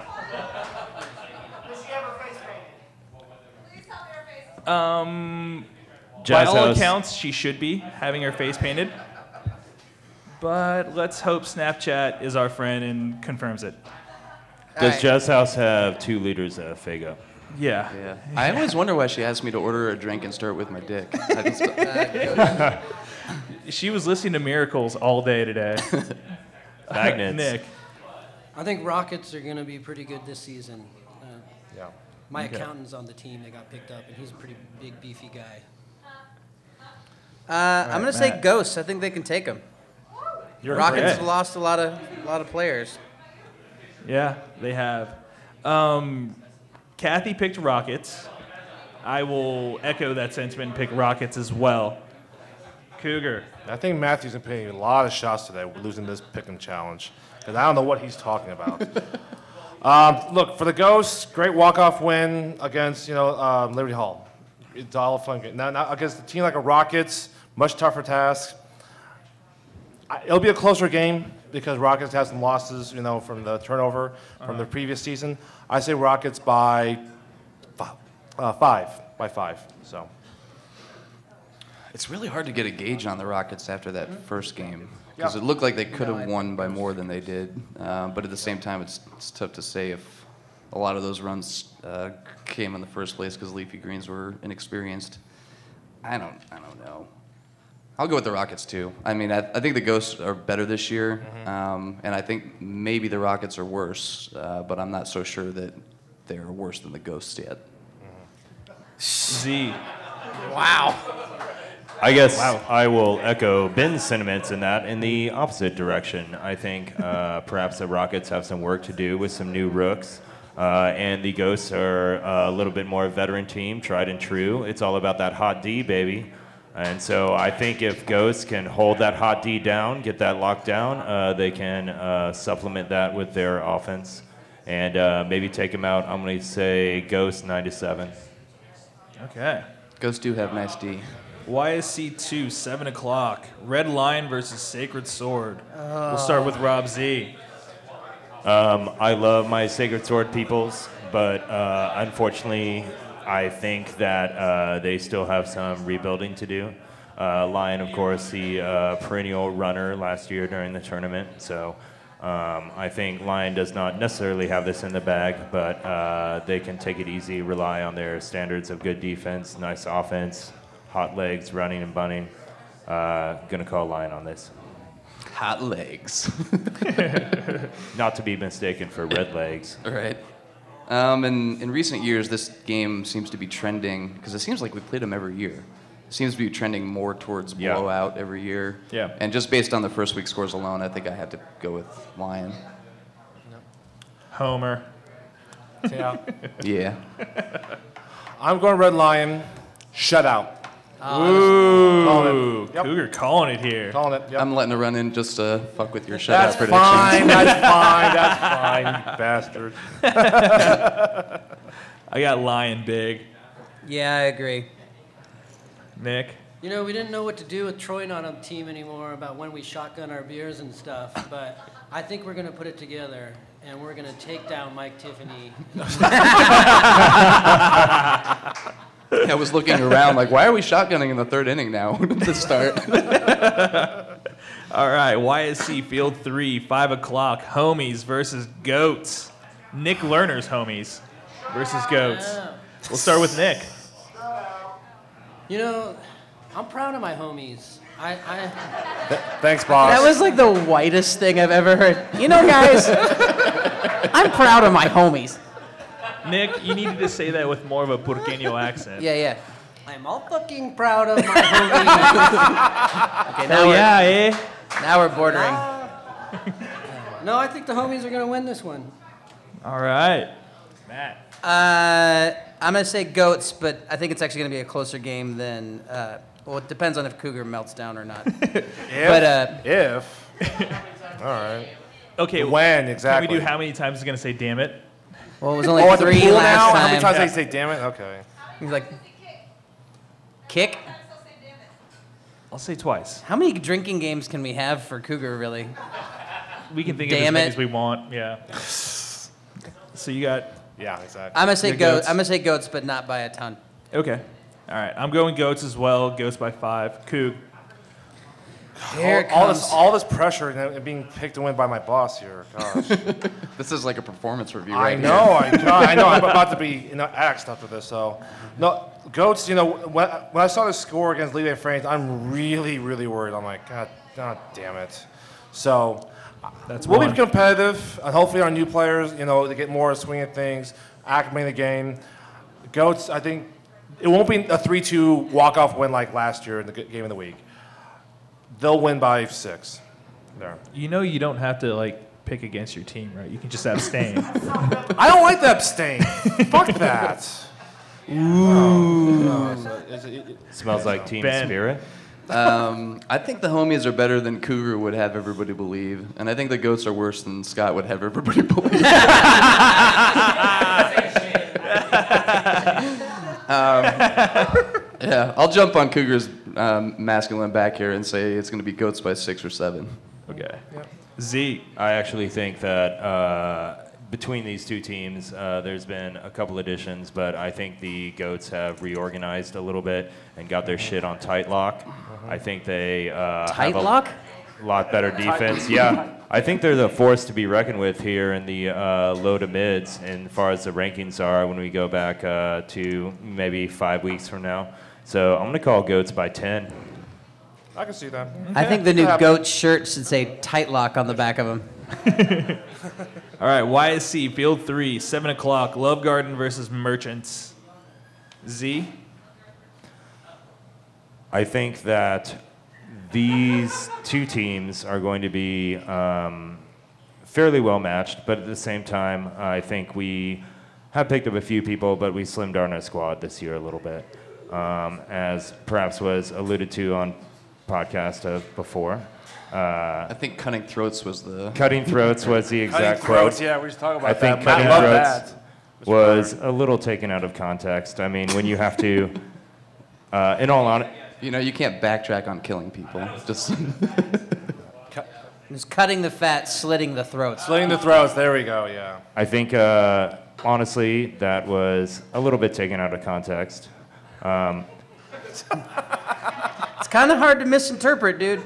Um,
Jazz
by all
house.
accounts, she should be having her face painted. But let's hope Snapchat is our friend and confirms it.
Does
Alright.
Jazz House have two liters of Fago?
Yeah.
Yeah. I always wonder why she asked me to order a drink and start with my dick.
<laughs>
I just-
she was listening to Miracles all day today.
<laughs>
<laughs>
Magnets.
Nick.
I think Rockets are going to be pretty good this season. Uh,
yeah.
My
Okay.
accountant's on the team that got picked up, and he's a pretty big, beefy guy.
Uh, I'm gonna
right,
say
Matt.
Ghosts. I think they can take them.
You're
Rockets
correct.
have lost a lot of a lot of players.
Yeah, they have. Um, Kathy picked Rockets. I will echo that sentiment and pick Rockets as well. Cougar.
I think Matthews been paying a lot of shots today, losing this pick'em challenge, because I don't know what he's
<laughs>
talking about. um, look for the Ghosts, great walk-off win against you know um, Liberty Hall. It's all a fun game. Now, now against a team like a Rockets, much tougher task. I, it'll be a closer game because Rockets had some losses, you know, from the turnover from
Uh-huh.
the previous season. I say Rockets by fi- uh, five, by five. So.
it's really hard to get a gauge on the Rockets after that first game because
Mm-hmm. Yeah.
it looked like they could have won by more than they did. Uh, but at the same time, it's, it's tough to say if a lot of those runs uh, came in the first place because Leafy Greens were inexperienced. I don't, I don't know. I'll go with the Rockets too. I mean, I, I think the Ghosts are better this year,
Mm-hmm.
um, and I think maybe the Rockets are worse, uh, but I'm not so sure that they're worse than the Ghosts yet.
Mm-hmm.
Z.
Wow.
I guess
Wow.
I will echo Ben's sentiments in that in the opposite direction. I think uh, <laughs> perhaps the Rockets have some work to do with some new rooks, uh, and the Ghosts are a little bit more veteran team, tried and true. It's all about that hot D, baby. And so I think if Ghosts can hold that hot D down, get that locked down, uh, they can uh, supplement that with their offense and uh, maybe take him out. I'm going to say Ghost 97.
Okay.
Ghosts do have nice D.
YSC two seven o'clock. Red Lion versus Sacred Sword. We'll start with <laughs> Rob Z.
Um, I love my Sacred Sword peoples, but uh, unfortunately, I think that uh, they still have some rebuilding to do. Uh, Lion, of course, the uh, perennial runner last year during the tournament, so um, I think Lion does not necessarily have this in the bag, but uh, they can take it easy, rely on their standards of good defense, nice offense, hot legs, running and bunning. Uh, gonna call Lion on this.
Hot legs.
Not to be mistaken for red legs.
<laughs> Right. Um, and in recent years, this game seems to be trending because it seems like we played them every year. It seems to be trending more towards
Yeah.
blowout every year.
Yeah.
And just based on the first week scores alone, I think I had to go with Lion.
Homer.
Yeah.
Yeah.
I'm going Red Lion. Shutout. Ah,
Ooh,
Calling it. Yep.
Cougar calling it here.
Calling it. Yep.
I'm letting it run in just to fuck with your shutout
That's
prediction.
fine. That's fine.
<laughs>
That's fine. You <laughs> bastard.
I got Lion big.
Yeah, I agree. <laughs>
Nick.
You know, we didn't know what to do with Troy not on the team anymore about when we shotgun our beers and stuff, but I think we're going to put it together and we're going to take down Mike Tiffany.
I was looking around like, why are we shotgunning in the third inning now to start?
<laughs> All right, YSC Field 3, 5 o'clock, homies versus goats. Nick Lerner's homies versus goats. We'll start with Nick.
You know, I'm proud of my homies. I, I
Thanks, boss.
That was like the whitest thing I've ever heard. You know, <laughs> guys, I'm proud of my homies.
Nick, you needed to say that with more of a Porqueño accent.
Yeah, yeah.
I'm all fucking proud of my homies.
<laughs> Okay,
Hell
now
Oh, yeah, eh?
we're, Now we're bordering.
No, I think the homies are going to win this one.
All right. Matt.
Uh, I'm gonna say goats, but I think it's actually gonna be a closer game than. Uh, well, it depends on if Cougar melts down
<laughs>
or not. but uh,
if. <laughs> All right.
Okay,
When exactly?
Can we do how many times is going to say damn it?
Well, it was only
oh, at the
three
pool
last
now?
time.
How many times
Yeah.
they say damn it? Okay.
he's like, kick.
I'll say twice.
How many drinking games can we have for Cougar, really?
We can think of as
Damn
many
it.
as we want. Yeah. so you got.
Yeah, exactly.
I'm gonna say
Your
goats.
goats.
I'm gonna say goats, but not by a ton.
Okay. All right, I'm going goats as well. Goats by five. Coog.
Here
all, all
comes-
this, all this pressure and then being picked to win by my boss here. Gosh.
<laughs> this is like a performance review
I
right
know,
<laughs>
I,
here.
God, I know. I'm about to be you know, axed after this. So, no, goats. You know, when, when I saw the score against Levi Frames, I'm really, really worried. I'm like, God, God damn it. So,
That's
we'll
one.
be competitive, and hopefully our new players, you know, they get more swing at things, acclimate the game. Goats, I think it won't be a three-two walk-off win like last year in the g- game of the week. They'll win by six. There.
You know you don't have to like pick against your team, right? You can just
<laughs>
abstain.
I don't like the abstain. Fuck that. Ooh.
<laughs> Smells like team
Ben.
spirit.
Um, I think the homies are better than Cougar would have everybody believe, and I think the goats are worse than Scott would have everybody <laughs> believe. um, yeah, I'll jump on Cougar's um, masculine back here and say it's going to be goats by six or seven.
Okay. Z.
I actually think that uh, between these two teams, uh, there's been a couple additions, but I think the Goats have reorganized a little bit and got their shit on tight lock. I think they uh,
Tight
have a
lock?
lot better defense. Yeah, I think they're the force to be reckoned with here in the uh, low to mids, and far as the rankings are, when we go back uh, to maybe five weeks from now. So I'm gonna call Goats by ten.
I can see that.
I think the new
Yeah.
goat shirt should say
<laughs>
tight lock on the back of them.
<laughs> All right, YSC Field Three, seven o'clock. Love Garden versus Merchants. Z.
I think that these two teams are going to be um, fairly well matched, but at the same time, I think we have picked up a few people, but we slimmed down our squad this year a little bit. um, as perhaps was alluded to on podcast of before. Uh,
I think cutting throats was the
<laughs> cutting throats was the
Cutting
exact
throats,
quote.
yeah, we was talking about
I think
that. Matt
cutting
loved
throats
that.
was a little taken out of context. I mean, when you have to, <laughs> uh, in all honesty,
you know, you can't backtrack on killing people. <laughs> Just
It's cutting the fat, slitting the throats.
Slitting the throats. There we go. Yeah.
I think, uh, honestly, that was a little bit taken out of context. Um,
It's kind of hard to misinterpret, dude.
<laughs>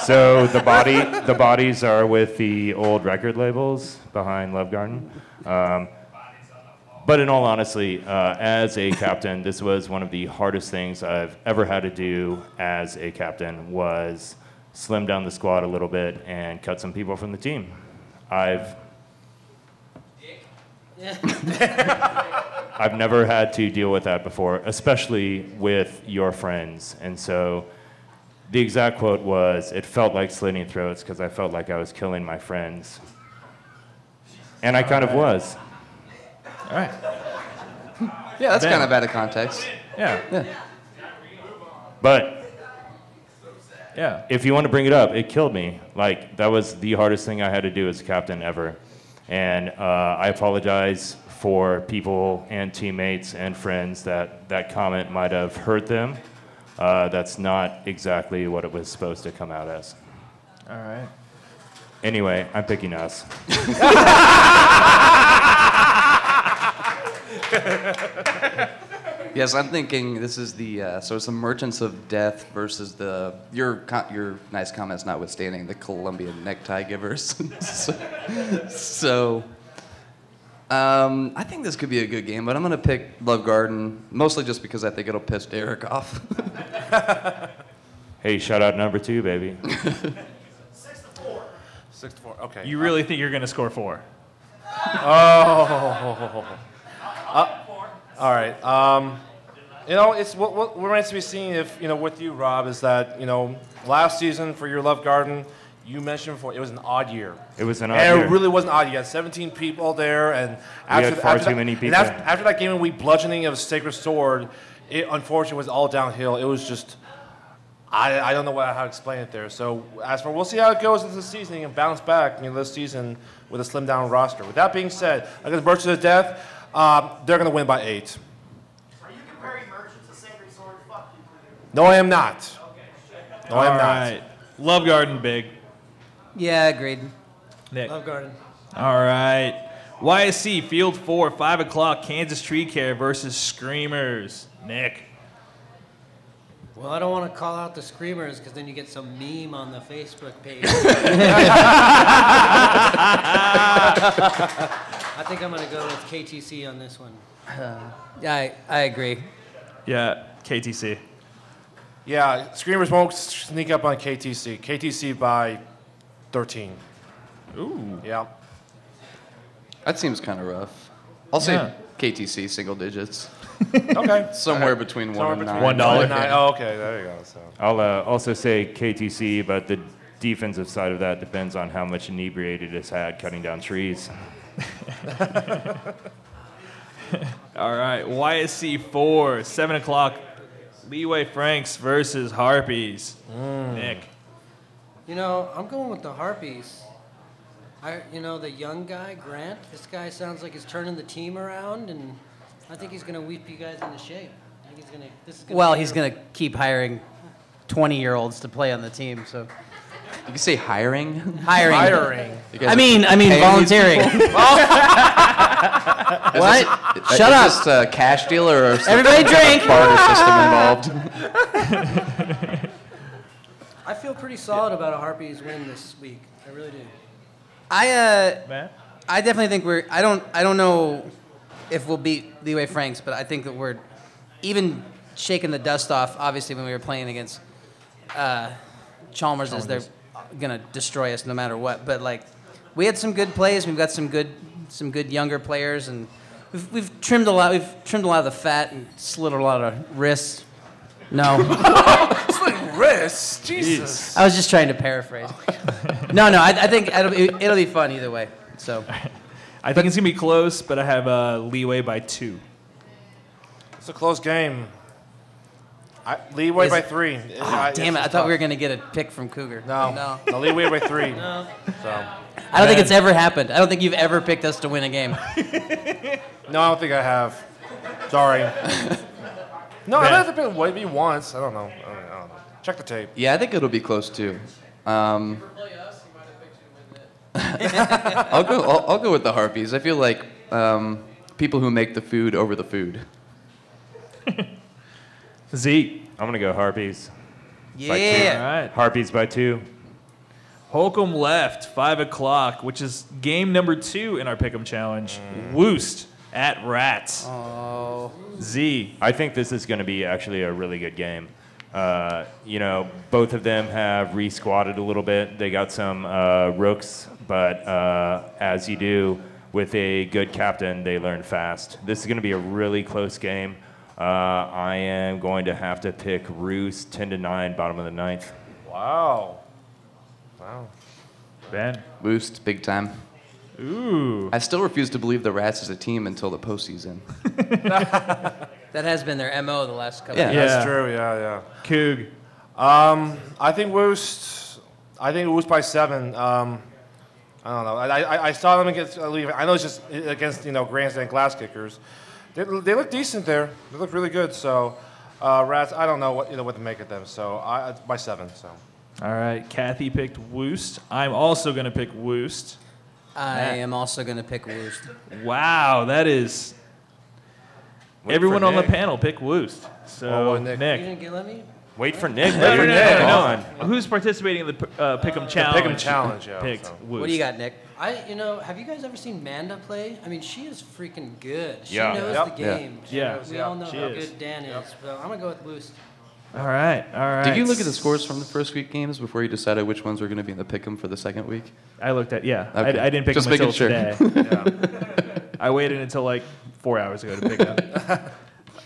so the body, the bodies are with the old record labels behind Love Garden. Um, but in all honesty, uh, as a captain, this was one of the hardest things I've ever had to do as a captain was slim down the squad a little bit and cut some people from the team. I've I've never had to deal with that before, especially with your friends. And so the exact quote was, it felt like slitting throats because I felt like I was killing my friends. And I kind of was.
All right. Yeah, that's
Ben.
kind of out of context.
Yeah.
Yeah.
But
Yeah.
if you want to bring it up, it killed me. Like that was the hardest thing I had to do as a captain ever, and uh, I apologize for people and teammates and friends that that comment might have hurt them. Uh, that's not exactly what it was supposed to come out as.
All right.
Anyway, I'm picking
<laughs>
us.
Yes, I'm thinking this is the uh, so it's the Merchants of Death versus the your co- your nice comments notwithstanding the Colombian necktie givers. <laughs> so, so, um, I think this could be a good game, but I'm gonna pick Love Garden mostly just because I think it'll piss Derek off.
Hey, shout out number two, baby.
Six to four. Okay.
You really think you're going to score four?
Oh. <laughs> Uh, all right. Um, you know, it's what, what remains to be seen. If you know, with you, Rob, is that you know, last season for your Love Garden, you mentioned before it was an odd year.
It was an
And
odd year.
It really was an odd. You had 17 people there, and after
had
th-
far
after
too
that,
many
and
people.
after, after that game, and we bludgeoning of Sacred Sword, it unfortunately was all downhill. It was just. I, I don't know what, how to explain it there. So as for we'll see how it goes into the season and bounce back you know, this season with a slim down roster. With that being said, against Merchants of Death, um, they're going to win by eight. Are you comparing Merchants to Sacred Sword? Fuck you. No, I am not. No, I am
All
not.
right. Love Garden, big.
Yeah, agreed.
Nick.
Love Garden.
All right. YSC Field Four, five o'clock. Kansas Tree Care versus Screamers. Nick.
Well, I don't want to call out the screamers because then you get some meme on the Facebook page. I think I'm going to go with KTC on this one.
I, I agree.
Yeah, KTC.
Yeah, Screamers won't s- sneak up on KTC. KTC by 13.
Ooh.
Yeah.
<laughs> that seems kind of rough. I'll say
Yeah.
KTC single digits.
<laughs> Okay.
Somewhere between one
Somewhere
and
between
nine.
One dollar.
Nine- Oh, okay, there you go. So.
I'll uh, also say KTC, but the defensive side of that depends on how much inebriated it's had cutting down
<laughs>
trees.
All right. YSC Four, seven o'clock. Leeway Franks versus Harpies. Nick.
You know, I'm going with the Harpies. I, you know, the young guy, Grant, this guy sounds like he's turning the team around, and I think he's going to whip you guys into shape. I think he's going to. This is gonna
Well,
be
he's
your-
going to keep hiring 20 year olds to play on the team, so.
You can say hiring.
Hiring.
Hiring. You guys
I mean,
are
I mean
paying these
volunteering.
<laughs>
people? Is
<laughs> what?
This, is
Shut up.
This a cash dealer or some <laughs>
Everybody
kind of
drink.
barter
Ah.
system involved?
<laughs> I feel pretty solid about a Harpies win this week. I really do.
I uh, I definitely think we're. I don't. I don't know if we'll beat Leeway Franks, but I think that we're even shaking the dust off. Obviously, when we were playing against uh, Chalmers, is they're gonna destroy us no matter what. But like, we had some good plays. We've got some good, some good younger players, and we've, we've trimmed a lot. We've trimmed a lot of the fat and slid a lot of wrists. No.
Sling
wrists?
Jesus.
I was just trying to paraphrase. no, no, I, I think it'll, be- it'll be fun either way. So
<laughs> I think it's gonna be close, but I have uh, leeway by two.
It's a close game. I, leeway
Is-
by three.
Ah, damn it! I thought we were gonna get a pick from Cougar.
No.
no.
No, leeway by three.
No.
So.
<laughs> I don't think it's ever happened. I don't think you've ever picked us to win a game.
<laughs> No, I don't think I have. Sorry. No, I
Yeah.
don't think maybe once. I don't know. I don't, I don't know. Check the tape.
Yeah, I think it'll be close too. Um, <laughs> I'll go. I'll, I'll go with the harpies. I feel like um, people who make the food over the food.
<laughs> Z.
I'm gonna go Harpies. By two.
Yeah. All right.
Harpies by two.
Holcomb left, 5 o'clock, which is game number two in our Pick'em Challenge. Woost at Rats.
Oh.
Z.
I think this is going to be actually a really good game. Uh, you know, both of them have re-squatted a little bit. They got some uh, rooks, but uh, as you do with a good captain, they learn fast. This is going to be a really close game. Uh, I am going to have to pick Roost, ten to nine, bottom of the ninth.
Wow. Wow.
Ben.
Boost, big time.
Ooh.
I still refuse to believe the Rats is a team until the postseason.
That has been their mo the last couple.
Yeah.
of
That's
years.
true. Yeah,
yeah.
Coog. Um, I think Woost. I think Woost by seven. Um, I don't know. I, I, I saw them against. I believe- I know it's just against you know grandstand glass kickers. They, they look decent there. They look really good. So, uh, rats. I don't know what you know what to make of them. So I by seven. So
All right. Kathy picked Woost. I'm also going to pick Woost.
I
Matt.
am also gonna pick Woost.
Wow, that is.
Wait
everyone
for
on the
Nick.
panel pick Woost. So
Oh,
Nick.
Nick.
You didn't get let me?
Wait for Nick.
No,
Wait
no,
for
no,
Nick.
no,
Come
no. Who's participating in the uh, Pick'em Challenge?
Pick'em Challenge, yeah,
Picked
so.
Woost.
What do you got, Nick?
I, you know, have you guys ever seen Manda play? I mean, she is freaking good. She
Yeah.
knows
Yep.
the
Yeah.
game. She
Yeah.
knows- we
Yeah.
all know
She
how
is.
good Dan is. So I'm gonna go with Woost.
All right, all right.
Did you look at the scores from the first week games before you decided which ones were going to be in the pick'em for the second week?
I looked at yeah.
Okay.
I, I didn't pick
Just
them until
making sure.
today.
<laughs>
<laughs> I waited until like four hours ago to pick up.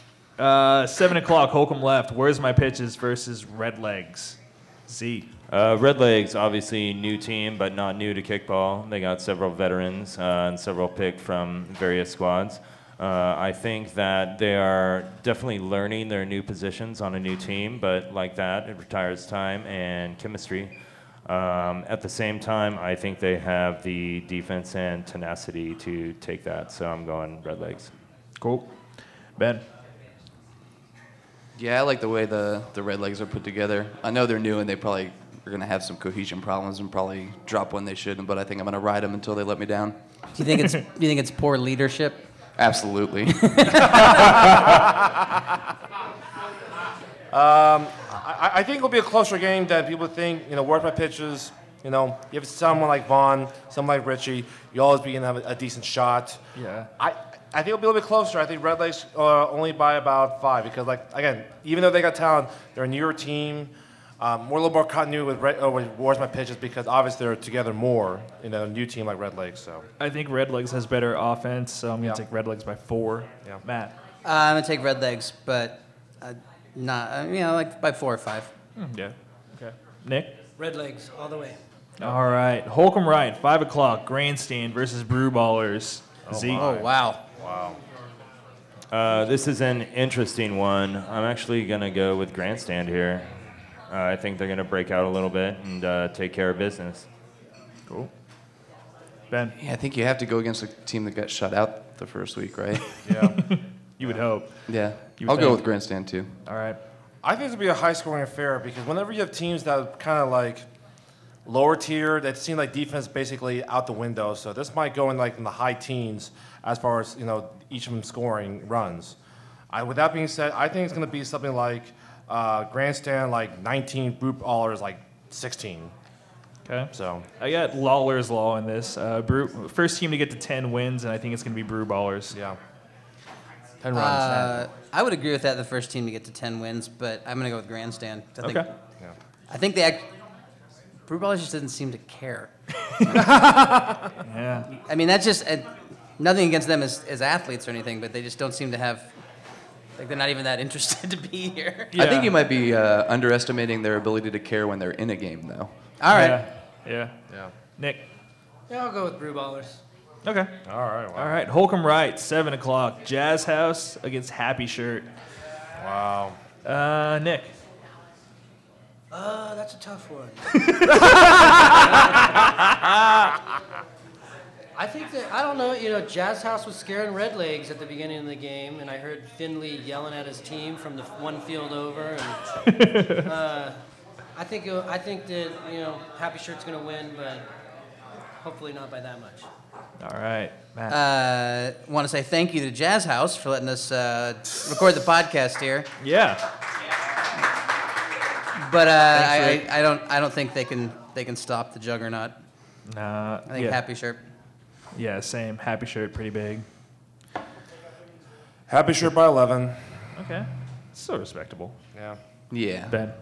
<laughs> uh, seven o'clock. Holcomb left. Where's my pitches versus Red Legs? Z.
Uh, Red Legs, obviously new team, but not new to kickball. They got several veterans uh, and several picked from various squads. Uh, I think that they are definitely learning their new positions on a new team, but like that, it retires time and chemistry. Um, at the same time, I think they have the defense and tenacity to take that, so I'm going Red Legs.
Cool. Ben.
Yeah, I like the way the, the red legs are put together. I know they're new and they probably are going to have some cohesion problems and probably drop one they shouldn't, but I think I'm going to ride them until they let me down. Do
you think it's- you think it's poor leadership? <laughs>
Absolutely.
Um, I, I think it'll be a closer game than people think. You know, worth my pitches. You know, you have someone like Vaughn, someone like Richie, you always be gonna have a, a decent shot.
Yeah.
I, I think it'll be a little bit closer. I think Red Lakes uh, only by about five because, like, again, even though they got talent, they're a newer team. Um, we're a little more continuity with Red, oh, with Wars My Pitches because obviously they're together more in a new team like Red Lakes. So
I think Red Legs has better offense, so I'm gonna
Yeah.
take Red Legs by four.
Yeah.
Matt.
Uh, I'm gonna take Red Legs, but uh, not uh, you know like by four or five.
Hmm, Yeah. Okay. Nick.
Red legs all the way.
All right. Holcomb Ryan, five o'clock. Grandstand versus Brew Ballers. Z.
wow.
Wow.
Uh, this is an interesting one. I'm actually going to go with Grandstand here. Uh, I think they're going to break out a little bit and uh, take care of business.
Cool. <laughs> Ben.
Yeah, I think you have to go against a team that got shut out the first week, right?
Yeah.
you would hope.
<laughs> Yeah.
You would
I'll go
think.
with grandstand too.
All right.
I think it'll be a high scoring affair because whenever you have teams that are kind of like lower tier, that seem like defense basically out the window. So this might go in like in the high teens as far as you know each of them scoring runs. I, with that being said, I think it's going to be something like uh, grandstand like 19, group allers like 16.
Okay.
So
I got Lawler's Law in this. Uh, Brew, first team to get to 10 wins, and I think it's going to be Brew Ballers.
Yeah.
10 runs.
Uh, I would agree with that. The first team to get to ten wins, but I'm gonna go with Grandstand. I think,
Okay.
Yeah.
I think they act. Brew Ballers just doesn't seem to care.
yeah.
I mean that's just uh, nothing against them as, as athletes or anything, but they just don't seem to have. Like they're not even that interested <laughs> to be here.
I think you might be uh, underestimating their ability to care when they're in a game, though.
All right.
Yeah.
Yeah.
Nick.
Yeah, I'll go with Brew Ballers.
Okay.
All right. Wow.
All right. Holcomb Wright, 7 o'clock. Jazz House against Happy Shirt.
Wow.
Uh, Nick.
Uh, that's a tough one. I think that I don't know. You know, Jazz House was scaring Red Legs at the beginning of the game, and I heard Finley yelling at his team from the f- one field over. And, uh, I think it, I think that you know Happy Shirt's gonna win, but hopefully not by that much.
All right, Matt.
Uh, want to say thank you to Jazz House for letting us uh, record the podcast here.
Yeah.
But uh, I,
Thanks,
I, I don't I don't think they can they can stop the juggernaut.
Nah.
I think
yeah.
Happy Shirt.
Yeah, same. Happy Shirt, pretty big.
Happy shirt by 11.
Okay. So respectable.
Yeah.
Yeah.
Ben.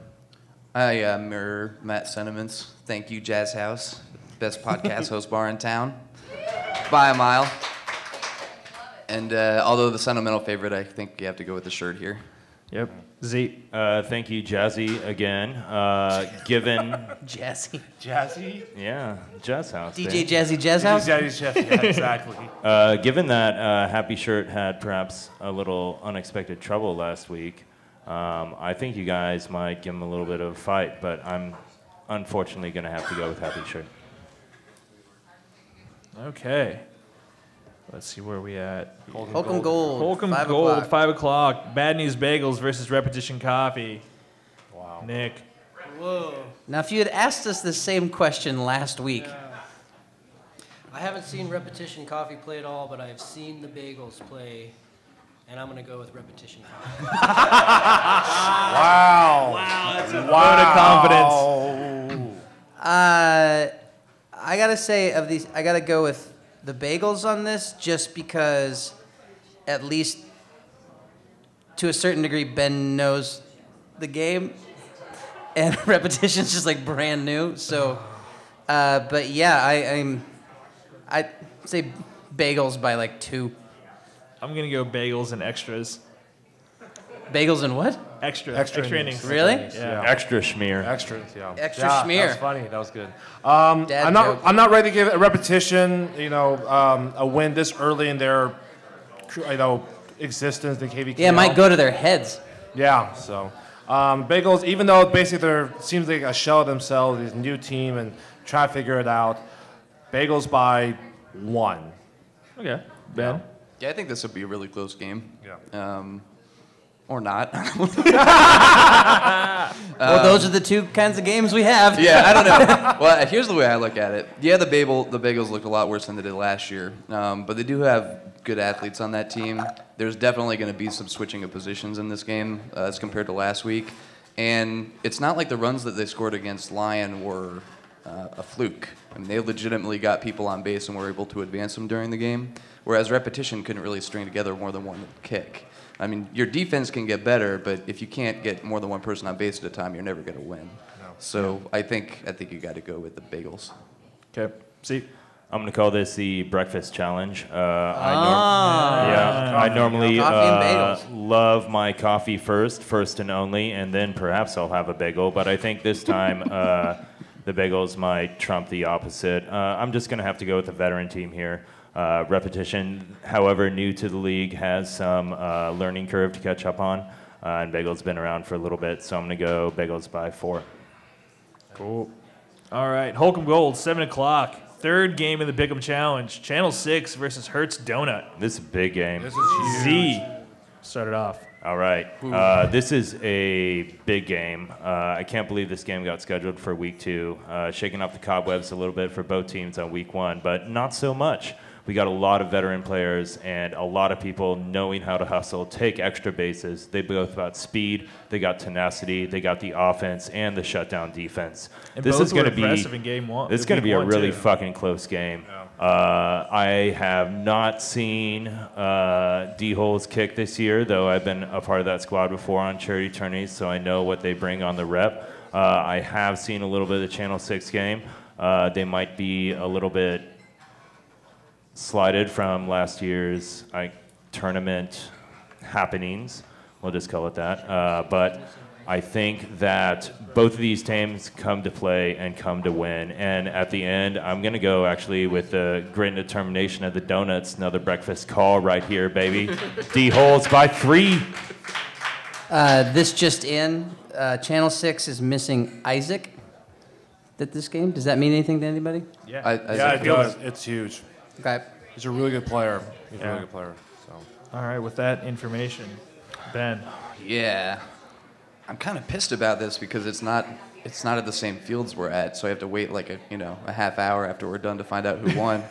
I uh, mirror Matt's sentiments. Thank you, Jazz House. Best podcast host bar in town by a mile. And uh, although the sentimental favorite, I think you have to go with the shirt here.
Yep. Z.
Uh, thank you, Jazzy, again. Uh, given. <laughs>
Jazzy.
Jazzy.
Yeah, Jazz House.
DJ
yeah.
Jazzy Jazz House?
Uh, given that uh, Happy Shirt had perhaps a little unexpected trouble last week, um, I think you guys might give him a little bit of a fight, but I'm unfortunately going to have to go with Happy Shirt.
Okay. Let's see where we at.
Holcomb Gold. Gold,
Holcomb
five
Gold,
o'clock.
5 o'clock. Bad News Bagels versus Repetition Coffee. Wow. Nick.
Whoa!
Now, if you had asked us the same question last week,
I haven't seen Repetition Coffee play at all, but I've seen the Bagels play, and I'm gonna go with Repetition Coffee.
wow.
Wow, that's
a
confidence.
Uh, I gotta say of these, I gotta go with the bagels on this, just because, at least to a certain degree, Ben knows the game, <laughs> and <laughs> repetition's just like brand new. So, uh, but yeah, I, I'm, I say bagels by like two.
I'm going to go bagels and extras.
Bagels and
Um,
what?
Extra.
Extra innings.
Really?
Yeah.
Extra schmear.
Extra, yeah.
Extra
yeah,
schmear.
That was funny. That was good. Um,
Dad
I'm not.
joke.
I'm not ready to give it a repetition. You know, um, a win this early in their, you know, existence. The KVK.
Yeah, it might go to their heads.
Yeah. So, um, Bagels, even though basically they're seems like a shell of themselves, this new team, and try to figure it out. Bagels by one.
Okay. Ben.
Yeah, I think this would be a really close game.
Yeah.
Um, or
<laughs>
not. <laughs>
well, Oh, those are the two kinds of games we have.
yeah, I don't
<laughs>
know. Well, here's the way I look at it. Yeah, the bagel, the bagels looked a lot worse than they did last year, um, but they do have good athletes on that team. There's definitely going to be some switching of positions in this game uh, as compared to last week, and it's not like the runs that they scored against Lyon were uh, a fluke. I mean, they legitimately got people on base and were able to advance them during the game, whereas repetition couldn't really string together more than one kick. I mean, your defense can get better, but if you can't get more than one person on base at a time, you're never going to win. So I think I think you got to go with the bagels.
Okay. See.
I'm gonna call this the breakfast challenge. Uh,
Ah.
I norm- yeah, I normally
Coffee and
uh, love my coffee first, first and only, and then perhaps I'll have a bagel. But I think this time
<laughs>
uh, the bagels might trump the opposite. Uh, I'm just gonna have to go with the veteran team here. Uh, repetition, however new to the league, has some uh, learning curve to catch up on, uh, and bagels been around for a little bit, so I'm gonna go bagels by four.
Cool. All right. Holcomb Gold, 7 o'clock. Third game in the Pick'em Challenge. Channel 6 versus Hertz Donut.
This is a big game.
This is huge.
Z. Started off.
All right. Uh, this is a big game. Uh, I can't believe this game got scheduled for week two. Uh, shaking off the cobwebs a little bit for both teams on week one, but not so much. We got a lot of veteran players and a lot of people knowing how to hustle, take extra bases. They both got speed, they got tenacity, they got the offense and the shutdown defense.
And
this
both
is going
were
to be
impressive in game one-
This is going to
week
be a
one,
really
too.
fucking close game. Uh, I have not seen uh, D Holes kick this year, though I've been a part of that squad before on charity tourneys, so I know what they bring on the rep. Uh, I have seen a little bit of the Channel 6 game. Uh, they might be a little bit slided from last year's I, tournament happenings. We'll just call it that. Uh, but I think that both of these teams come to play and come to win. And at the end, I'm going to go actually with the grit and determination of the Donuts, another breakfast call right here, baby. D Holes by three.
Uh, this just in, uh, Channel 6 is missing Isaac at this game. Does that mean anything to anybody?
Yeah. yeah, it does. It's huge.
Okay.
He's a really good player. He's a
Yeah.
really good player. So.
All right, with that information, Ben.
Yeah. I'm kind of pissed about this because it's not it's not at the same fields we're at, so I have to wait like a you know a half hour after we're done to find out who won.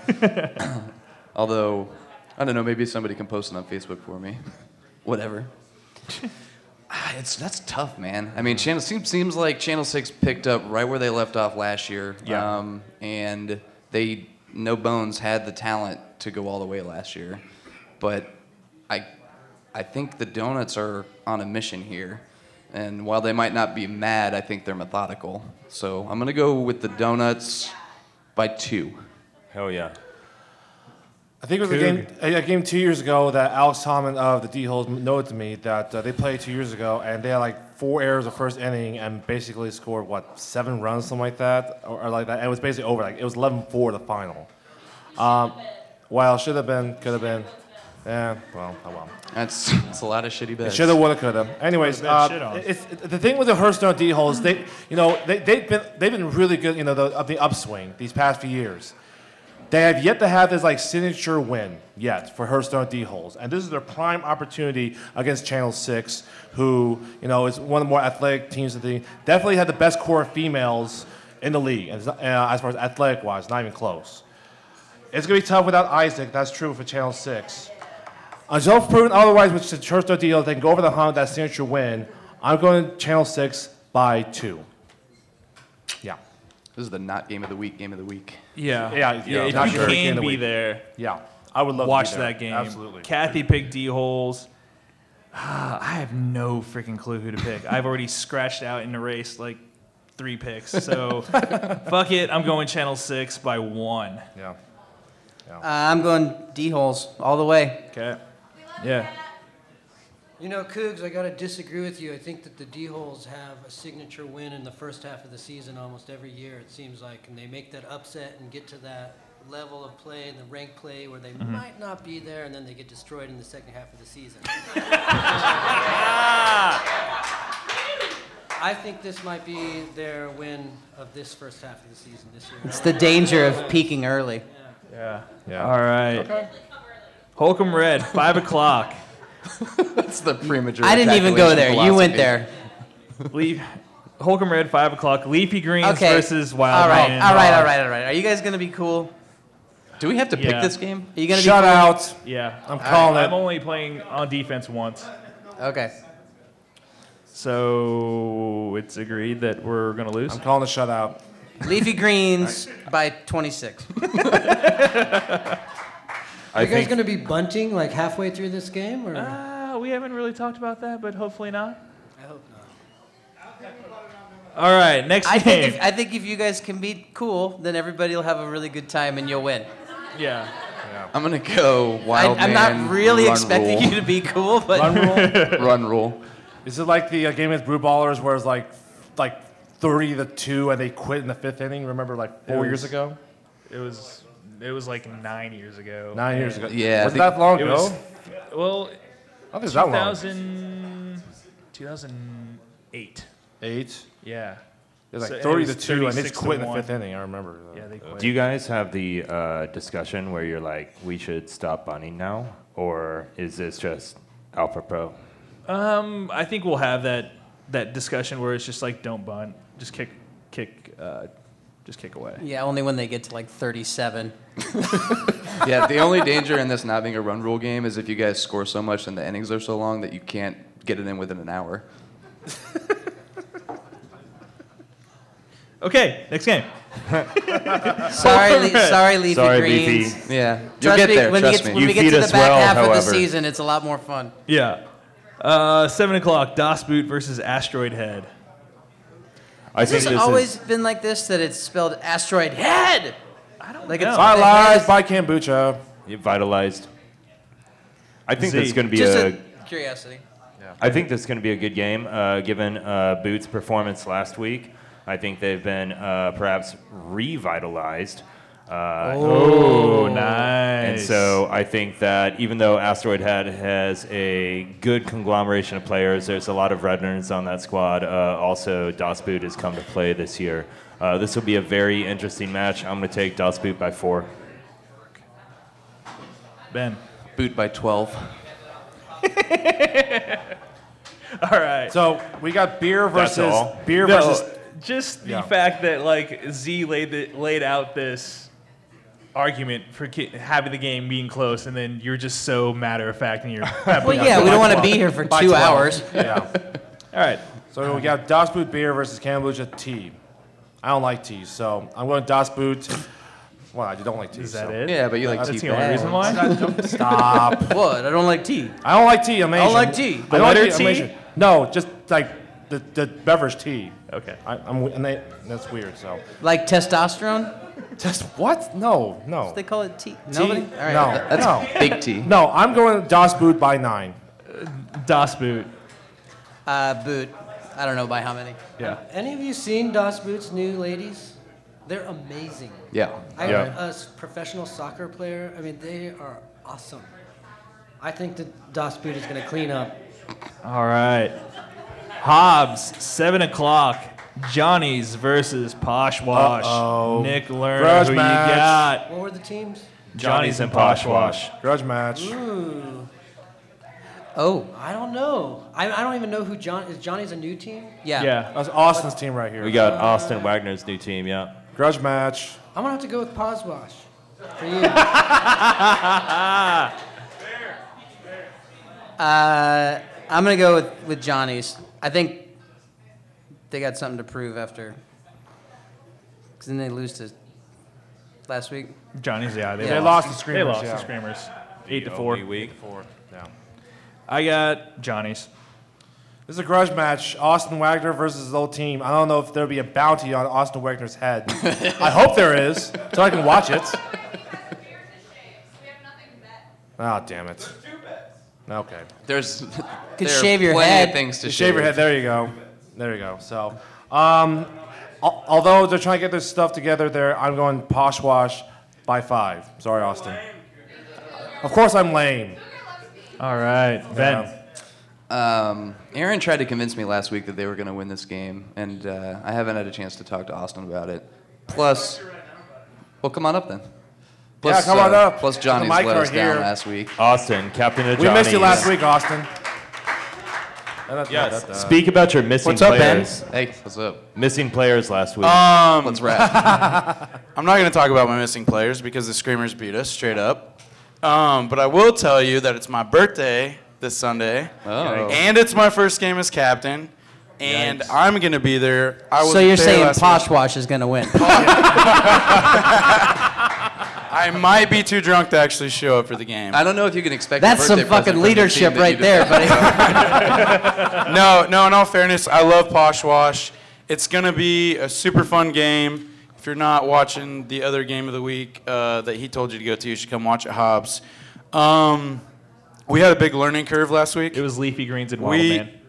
Although, I don't know, maybe somebody can post it on Facebook for me. Whatever. Ah, it's that's tough, man. I mean, Channel seems seems like Channel Six picked up right where they left off last year.
Yeah.
Um, and they no bones had the talent to go all the way last year, but I I think the donuts are on a mission here. And while they might not be mad, I think they're methodical. So I'm gonna go with the donuts by two.
Hell yeah.
I think it was a game, a a game two years ago that Alex Tomlin of the D Holes noted to me that uh, they played two years ago and they had like four errors the first inning and basically scored what seven runs something like that or, or like that. And it was basically over. Like it was 11-4 the final. Um, well, should have been, could have been. Yeah, well, oh well.
That's that's a lot of shitty bets.
Shoulda, woulda, coulda. Anyways,
Put a bad
uh,
shit on.
it's, the thing with the Hearthstone D holes, they, you know, they, they've been they've been really good, you know, the, of the upswing these past few years. They have yet to have this like signature win yet for Hearthstone D holes, and this is their prime opportunity against Channel Six, who you know is one of the more athletic teams in the definitely had the best core of females in the league, and it's not- uh, as far as athletic wise, not even close. It's gonna be tough without Isaac. That's true for Channel Six. Until Uh, proven otherwise, which the church don't deal, they can go over the hump, that signature win. I'm going Channel 6 by 2. Yeah.
This is the not game of the week, game of the week.
Yeah.
Yeah, yeah,
if
not
you
sure. Game
can
of the
be
week.
there,
yeah, I would love to
watch
be there.
that game.
Absolutely.
Kathy picked D holes. Ah, I have no freaking clue who to pick. I've already scratched out and erased like three picks,
<laughs>
so fuck it. I'm going Channel Six by one.
Yeah.
Uh, I'm going D holes all the way.
Okay. Yeah.
You know, Cougs, I gotta disagree with you. I think that the D holes have a signature win in the first half of the season almost every year. It seems like, and they make that upset and get to that level of play and the rank play where they
Mhm.
might not be there, and then they get destroyed in the second half of the season. I think this might be their win of this first half of the season this year.
It's the danger of peaking early.
Yeah. All right.
Okay.
Holcomb Red, five o'clock.
That's the premature.
I didn't even go there. You went there.
Leaf, Holcomb Red, five o'clock. Leafy Greens
Okay.
versus Wild.
All right.
Man.
All right. All right. All right. Are you guys gonna be cool?
Do we have to
Yeah.
Are you gonna
Shut
be cool?
out. Yeah,
I'm calling
I,
it.
I'm only playing on defense once.
Okay.
So it's agreed that we're gonna lose. I'm
calling a shutout.
<laughs>
Leafy Greens by 26.
Are you guys gonna be bunting like <laughs> halfway through this game, or?
Uh, we haven't really talked about that, but hopefully not. I hope not. All right, next
I
game.
think, if, I think if you guys can be cool, then everybody will have a really good time and you'll win.
Yeah.
I'm gonna go wild.
I, am
man,
not really
run
expecting
rule.
you to be cool, but
Run rule?
<laughs> Run rule.
Is it like the uh, game with Brew Ballers where it's like like 30 to 2 and they quit in the fifth inning? Remember like
It
four
was-
years ago?
It was it was like nine years ago.
Nine years
And-
ago. Yeah, I Was it think- that long
It was-
ago?
well,
I don't think it's that long.
2000 2008.
Eight?
Yeah.
It's like
So- and it
30
was
to 2 and they
36 to
quit in the
one.
fifth inning. I remember. that.
Yeah, they quit.
Do you guys have the uh, discussion where you're like, we should stop bunning now? Or is this just Alpha Pro?
Um, I think we'll have that that discussion where it's just like don't bunt, just kick, kick, uh, just kick away.
yeah, only when they get to like 37.
<laughs> yeah, the only danger in this not being a run rule game is if you guys score so much and the innings are so long that you can't get it in within an hour.
Okay, next
<laughs>
game.
sorry, Le- sorry, Leafy Greens.
Yeah,
<laughs> Trust
you'll get
me,
there.
When
Trust
we get,
me.
when we get to the back half of the season, it's a lot more fun.
Yeah. Uh, seven o'clock. Das Boot versus Asteroid Head.
I
Has this always been like this that it's spelled asteroid head? I
don't
like
Bye, lies. Bye, kombucha.
Vitalized. I think
Z.
that's going to be
Just
a,
a- Curiosity.
Yeah.
I think this is going to be a good game, uh, given uh, Boots' performance last week. I think they've been uh, perhaps revitalized. Uh,
Oh,
and- And
nice.
so I think that even though Asteroid Head has a good conglomeration of players, there's a lot of veterans on that squad. Uh, also, Das Boot has come to play this year. Uh, this will be a very interesting match. I'm going to take Das Boot by four.
Ben.
Boot by 12.
All right.
So we got beer versus beer
No,
versus
just the
Yeah.
fact that like Z laid the, laid out this argument for ki- having the game being close, and then you're just so matter of fact, and
<laughs>
you're
Well, yeah, we don't wanna be here for
By
two
12.
hours.
Yeah.
<laughs>
All right.
So we got Das Boot beer versus Kombucha tea. I don't like tea, so I'm going Das Boot. Well, I don't like tea.
Is
so-
that it? Yeah, but you like That's tea the only bad. reason why?
I don't- Stop.
<laughs> What? I don't like tea.
I don't like tea. I'm
I
Asian.
don't like
I
tea. The
don't like
letter
tea. I'm
T?
Asian. No, just like the, the beverage tea.
Okay.
I, I'm and they, that's weird. So.
Like testosterone?
Test what? No, no.
They call it tea.
Tea?
Nobody? All right.
No, no. No, I'm going Das Boot by nine.
Das Boot.
Uh, boot. I don't know by how many.
Yeah.
Any of you seen Das Boot's new ladies? They're amazing.
Yeah.
I
Yeah.
am a s- professional soccer player. I mean, they are awesome. I think that Das Boot is going to clean up.
All right. Hobbs, seven o'clock. Johnny's versus Poshwash.
Uh-oh.
Nick Lerner,
Grudge
who
match.
you got?
What were the teams?
Johnny's and Poshwash.
Grudge match.
Ooh.
Oh.
I don't know. I, I don't even know who John is. Johnny's a new team.
That's Austin's team right here.
We got Austin Wagner's new team, yeah.
Grudge match.
I'm gonna have to go with Poswash
<laughs>
for you.
<laughs> Uh, I'm gonna go with, with Johnny's. I think they got something to prove after. Cause then they lose to last week.
Johnny's, yeah. They,
Yeah.
lost.
They lost to
They
Screamers,
lost
yeah.
to Screamers. Eight to
Yeah,
four.
only week. Eight to four, yeah.
I got Johnny's.
This is a grudge match. Austin Wagner versus his old team. I don't know if there'll be a bounty on Austin Wagner's
<laughs>
head. I hope there is, so I can watch it. Oh, damn it. Okay.
There's.
Could
there are
shave your
plenty
head.
Of things to
You shave your head. There you go. There you go. So, um, al- although they're trying to get their stuff together, there I'm going Poshwash by five. Sorry, Austin. Of course, I'm lame.
All right,
Ben. Um, Aaron tried to convince me last week that they were going to win this game, and uh, I haven't had a chance to talk to Austin about it. Plus, well, come on up then. Plus,
come on
uh,
up.
Plus,
The
Johnny's
mic
let
are
us
here.
down last week.
Austin, captain of
We missed you
Johnny's.
last week, Austin.
Yes. uh, Speak about your missing
What's up, Ben?
players.
Hey, what's up?
Missing players last week.
Um,
Let's wrap.
<laughs> I'm not going to talk about my missing players because the Screamers beat us straight up. Um, but I will tell you that it's my birthday this Sunday,
Oh.
and it's my first game as captain, and I'm going to be there. I was
so you're
there
saying
last
Poshwash is gonna win?
I might be too drunk to actually show up for the game.
I don't know if you can expect.
That's some fucking leadership right there, buddy.
<laughs> no, no. In all fairness, I love Poshwash. It's gonna be a super fun game. If you're not watching the other game of the week uh, that he told you to go to, you should come watch it, Hobbs. Um, we had a big learning curve last week. It
was leafy greens and
we,
Waddle, man.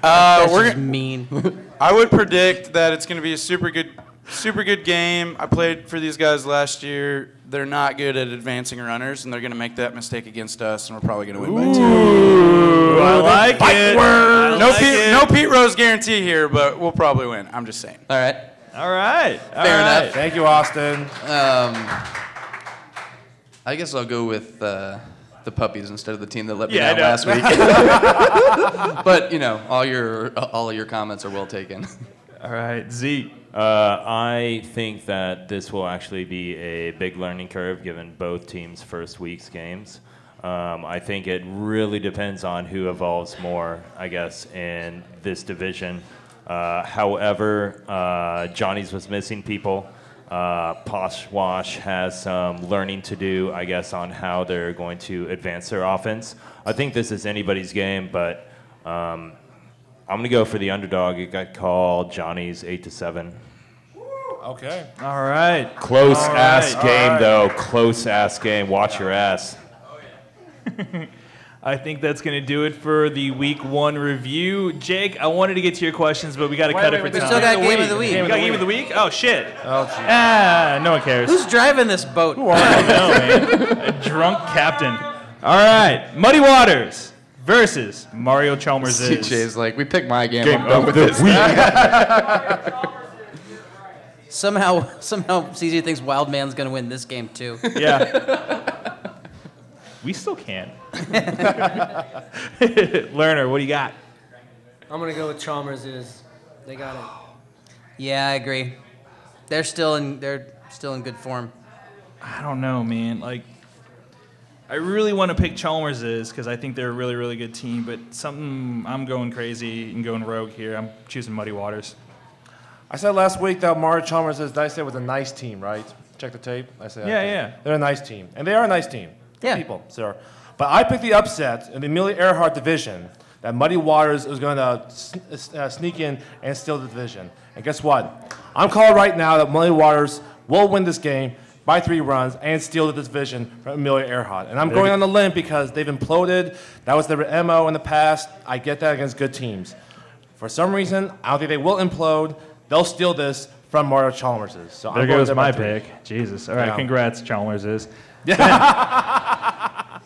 Uh,
That's
we're
just
<laughs>
gonna-
mean.
I would predict that it's going to be a super good, super good game. I played for these guys last year. They're not good at advancing runners, and they're going to make that mistake against us, and we're probably going to win by two.
Ooh, I like it. I
no,
like
Pete,
it.
no Pete Rose guarantee here, but we'll probably win. I'm just saying.
All right.
All right. All
Fair
right.
enough.
Thank you, Austin.
Um, I guess I'll go with uh, the puppies instead of the team that let me
Yeah, I
down
know.
last
<laughs>
week. but you know, all your all of your comments are well taken.
All right, Z.
Uh, I think that this will actually be a big learning curve given both teams' first week's games. Um, I think it really depends on who evolves more, I guess, in this division. Uh, however, uh, Johnny's was missing people. Uh, Poshwash has some learning to do, I guess, on how they're going to advance their offense. I think this is anybody's game, but um, I'm gonna go for the underdog. It got called Johnny's eight to seven.
Okay.
All right.
Close
All
ass
right.
game
All right.
though. Close ass game. Watch your ass.
I think that's going to do it for the week one review. Jake, I wanted to get to your questions, but we got to
Wait,
cut
wait,
it for
wait,
time.
there's still got game of the week.
We got game of the week? Oh, shit. Oh, Ah, no one cares.
Who's driving this boat? <laughs>
A drunk captain. All right. Muddy Waters versus Mario Chalmers is.
TJ's like, we picked my game.
Game
I'm done
of
with
the
this.
<laughs> Somehow, somehow, CZ thinks Wildman's going to win this game too. <laughs>
Yeah. we still can.
<laughs>
<laughs> Lerner, what do you got?
I'm gonna go with Chalmers. Is they got it?
Yeah, I agree. They're still in. They're still in good form.
I don't know, man. Like, I really want to pick Chalmers is because I think they're a really, really good team. But something I'm going crazy and going rogue here. I'm choosing Muddy Waters.
I said last week that Mario Chalmers is nice. It was a nice team, right? Check the tape. I said,
Yeah,
okay.
yeah.
They're a nice team, and they are a nice team. Good
Yeah.
people, sir. But I picked the upset in the Amelia Earhart division. That Muddy Waters is going to uh, sneak in and steal the division. And guess what? I'm calling right now that Muddy Waters will win this game by three runs and steal the division from Amelia Earhart. And I'm
There
going
you-
on the limb because they've imploded. That was their MO in the past. I get that against good teams. For some reason, I don't think they will implode. They'll steal this from Mario Chalmers's. So
There
I'm going
goes
with
my
them by
pick.
three.
Jesus. All right,
Yeah.
congrats, Chalmers <laughs> is.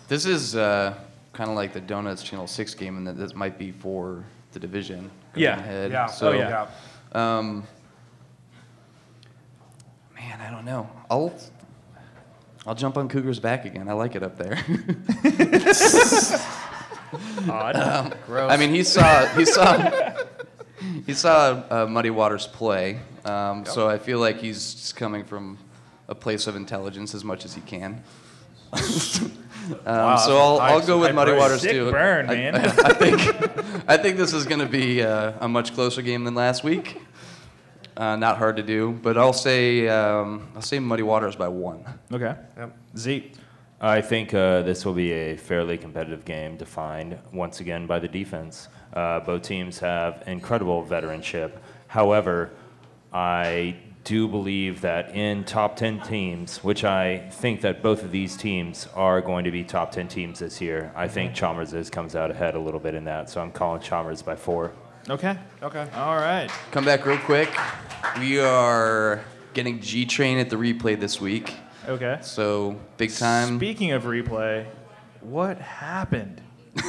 This is uh, kind of like the Donuts Channel 6 game, and that this might be for the division. going
Yeah.
ahead.
Yeah.
So,
Oh, yeah.
Um, man, I don't know. I'll, I'll jump on Cougar's back again. I like it up there. <laughs>
Odd.
<laughs> Um,
Gross.
I mean, he saw he <laughs> saw he saw uh, Muddy Waters play, um, so I feel like he's coming from a place of intelligence as much as he can. <laughs> um,
Wow,
so I'll,
high-
I'll go with
high
Muddy
praise.
Waters
Sick
too.
burn,
I-
man.
<laughs> I, think I think this is going to be uh, a much closer game than last week. Uh, not hard to do, but I'll say um, I'll say Muddy Waters by one.
Okay.
Yep.
Zeke.
I think uh, this will be a fairly competitive game defined once again by the defense. Uh, both teams have incredible veteranship. However, I do believe that in top 10 teams, which I think that both of these teams are going to be top 10 teams this year, I think Chalmers is comes out ahead a little bit in that. So I'm calling Chalmers by four.
Okay.
Okay.
All right.
Come back real quick. We are getting G Train at the replay this week.
Okay.
So big time.
Speaking of replay, what happened?
<laughs> I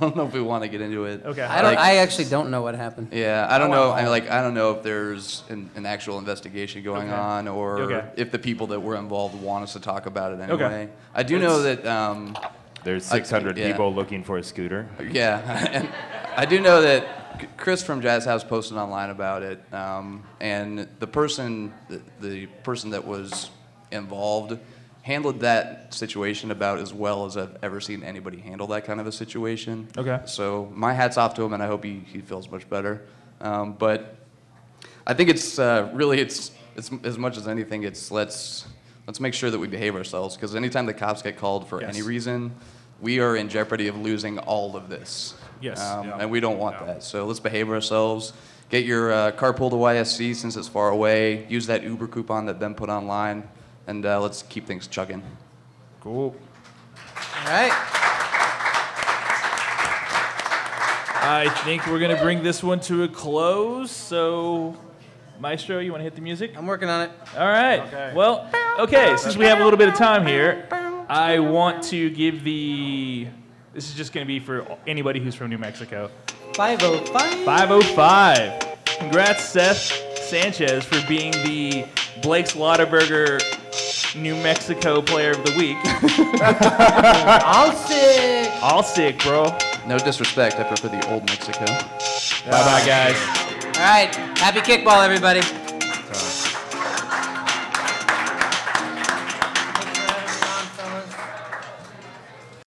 don't know if we want to get into it.
Okay. Oh,
I don't.
Like-
I actually don't know what happened.
Yeah, I don't
I
know.
want
I like I don't know if there's an, an actual investigation going
Okay.
on or
Okay.
if the people that were involved want us to talk about it anyway.
Okay.
I do know that um,
There's
I-
600
yeah.
people looking for a scooter.
Yeah, <laughs> and I do know that C- Chris from Jazz House posted online about it, um, and the person, the, the person that was involved, handled that situation about as well as I've ever seen anybody handle that kind of a situation.
Okay.
So my hat's off to him, and I hope he, he feels much better. Um, but I think it's uh, really it's it's as much as anything. It's let's let's make sure that we behave ourselves because anytime the cops get called for any
Yes.
reason, we are in jeopardy of losing all of this.
Yes.
Um, And we don't want that. So let's behave ourselves. Get your uh, carpool to YSC since it's far away. Use that Uber coupon that Ben put online, and uh, let's keep things chugging.
Cool.
All right.
I think we're gonna bring this one to a close. So, Maestro, you want to hit the music? I'm
working on it.
All right. Well, okay. Since we have a little bit of time here, I want to give the. This is just gonna be for anybody who's from New Mexico.
505.
505. Congrats, Seth Sanchez, for being the Blake's Lauderberger New Mexico Player of the Week.
All sick. <laughs>
All sick, bro.
No disrespect, I prefer the old Mexico.
Bye bye, guys.
All right. Happy kickball, everybody.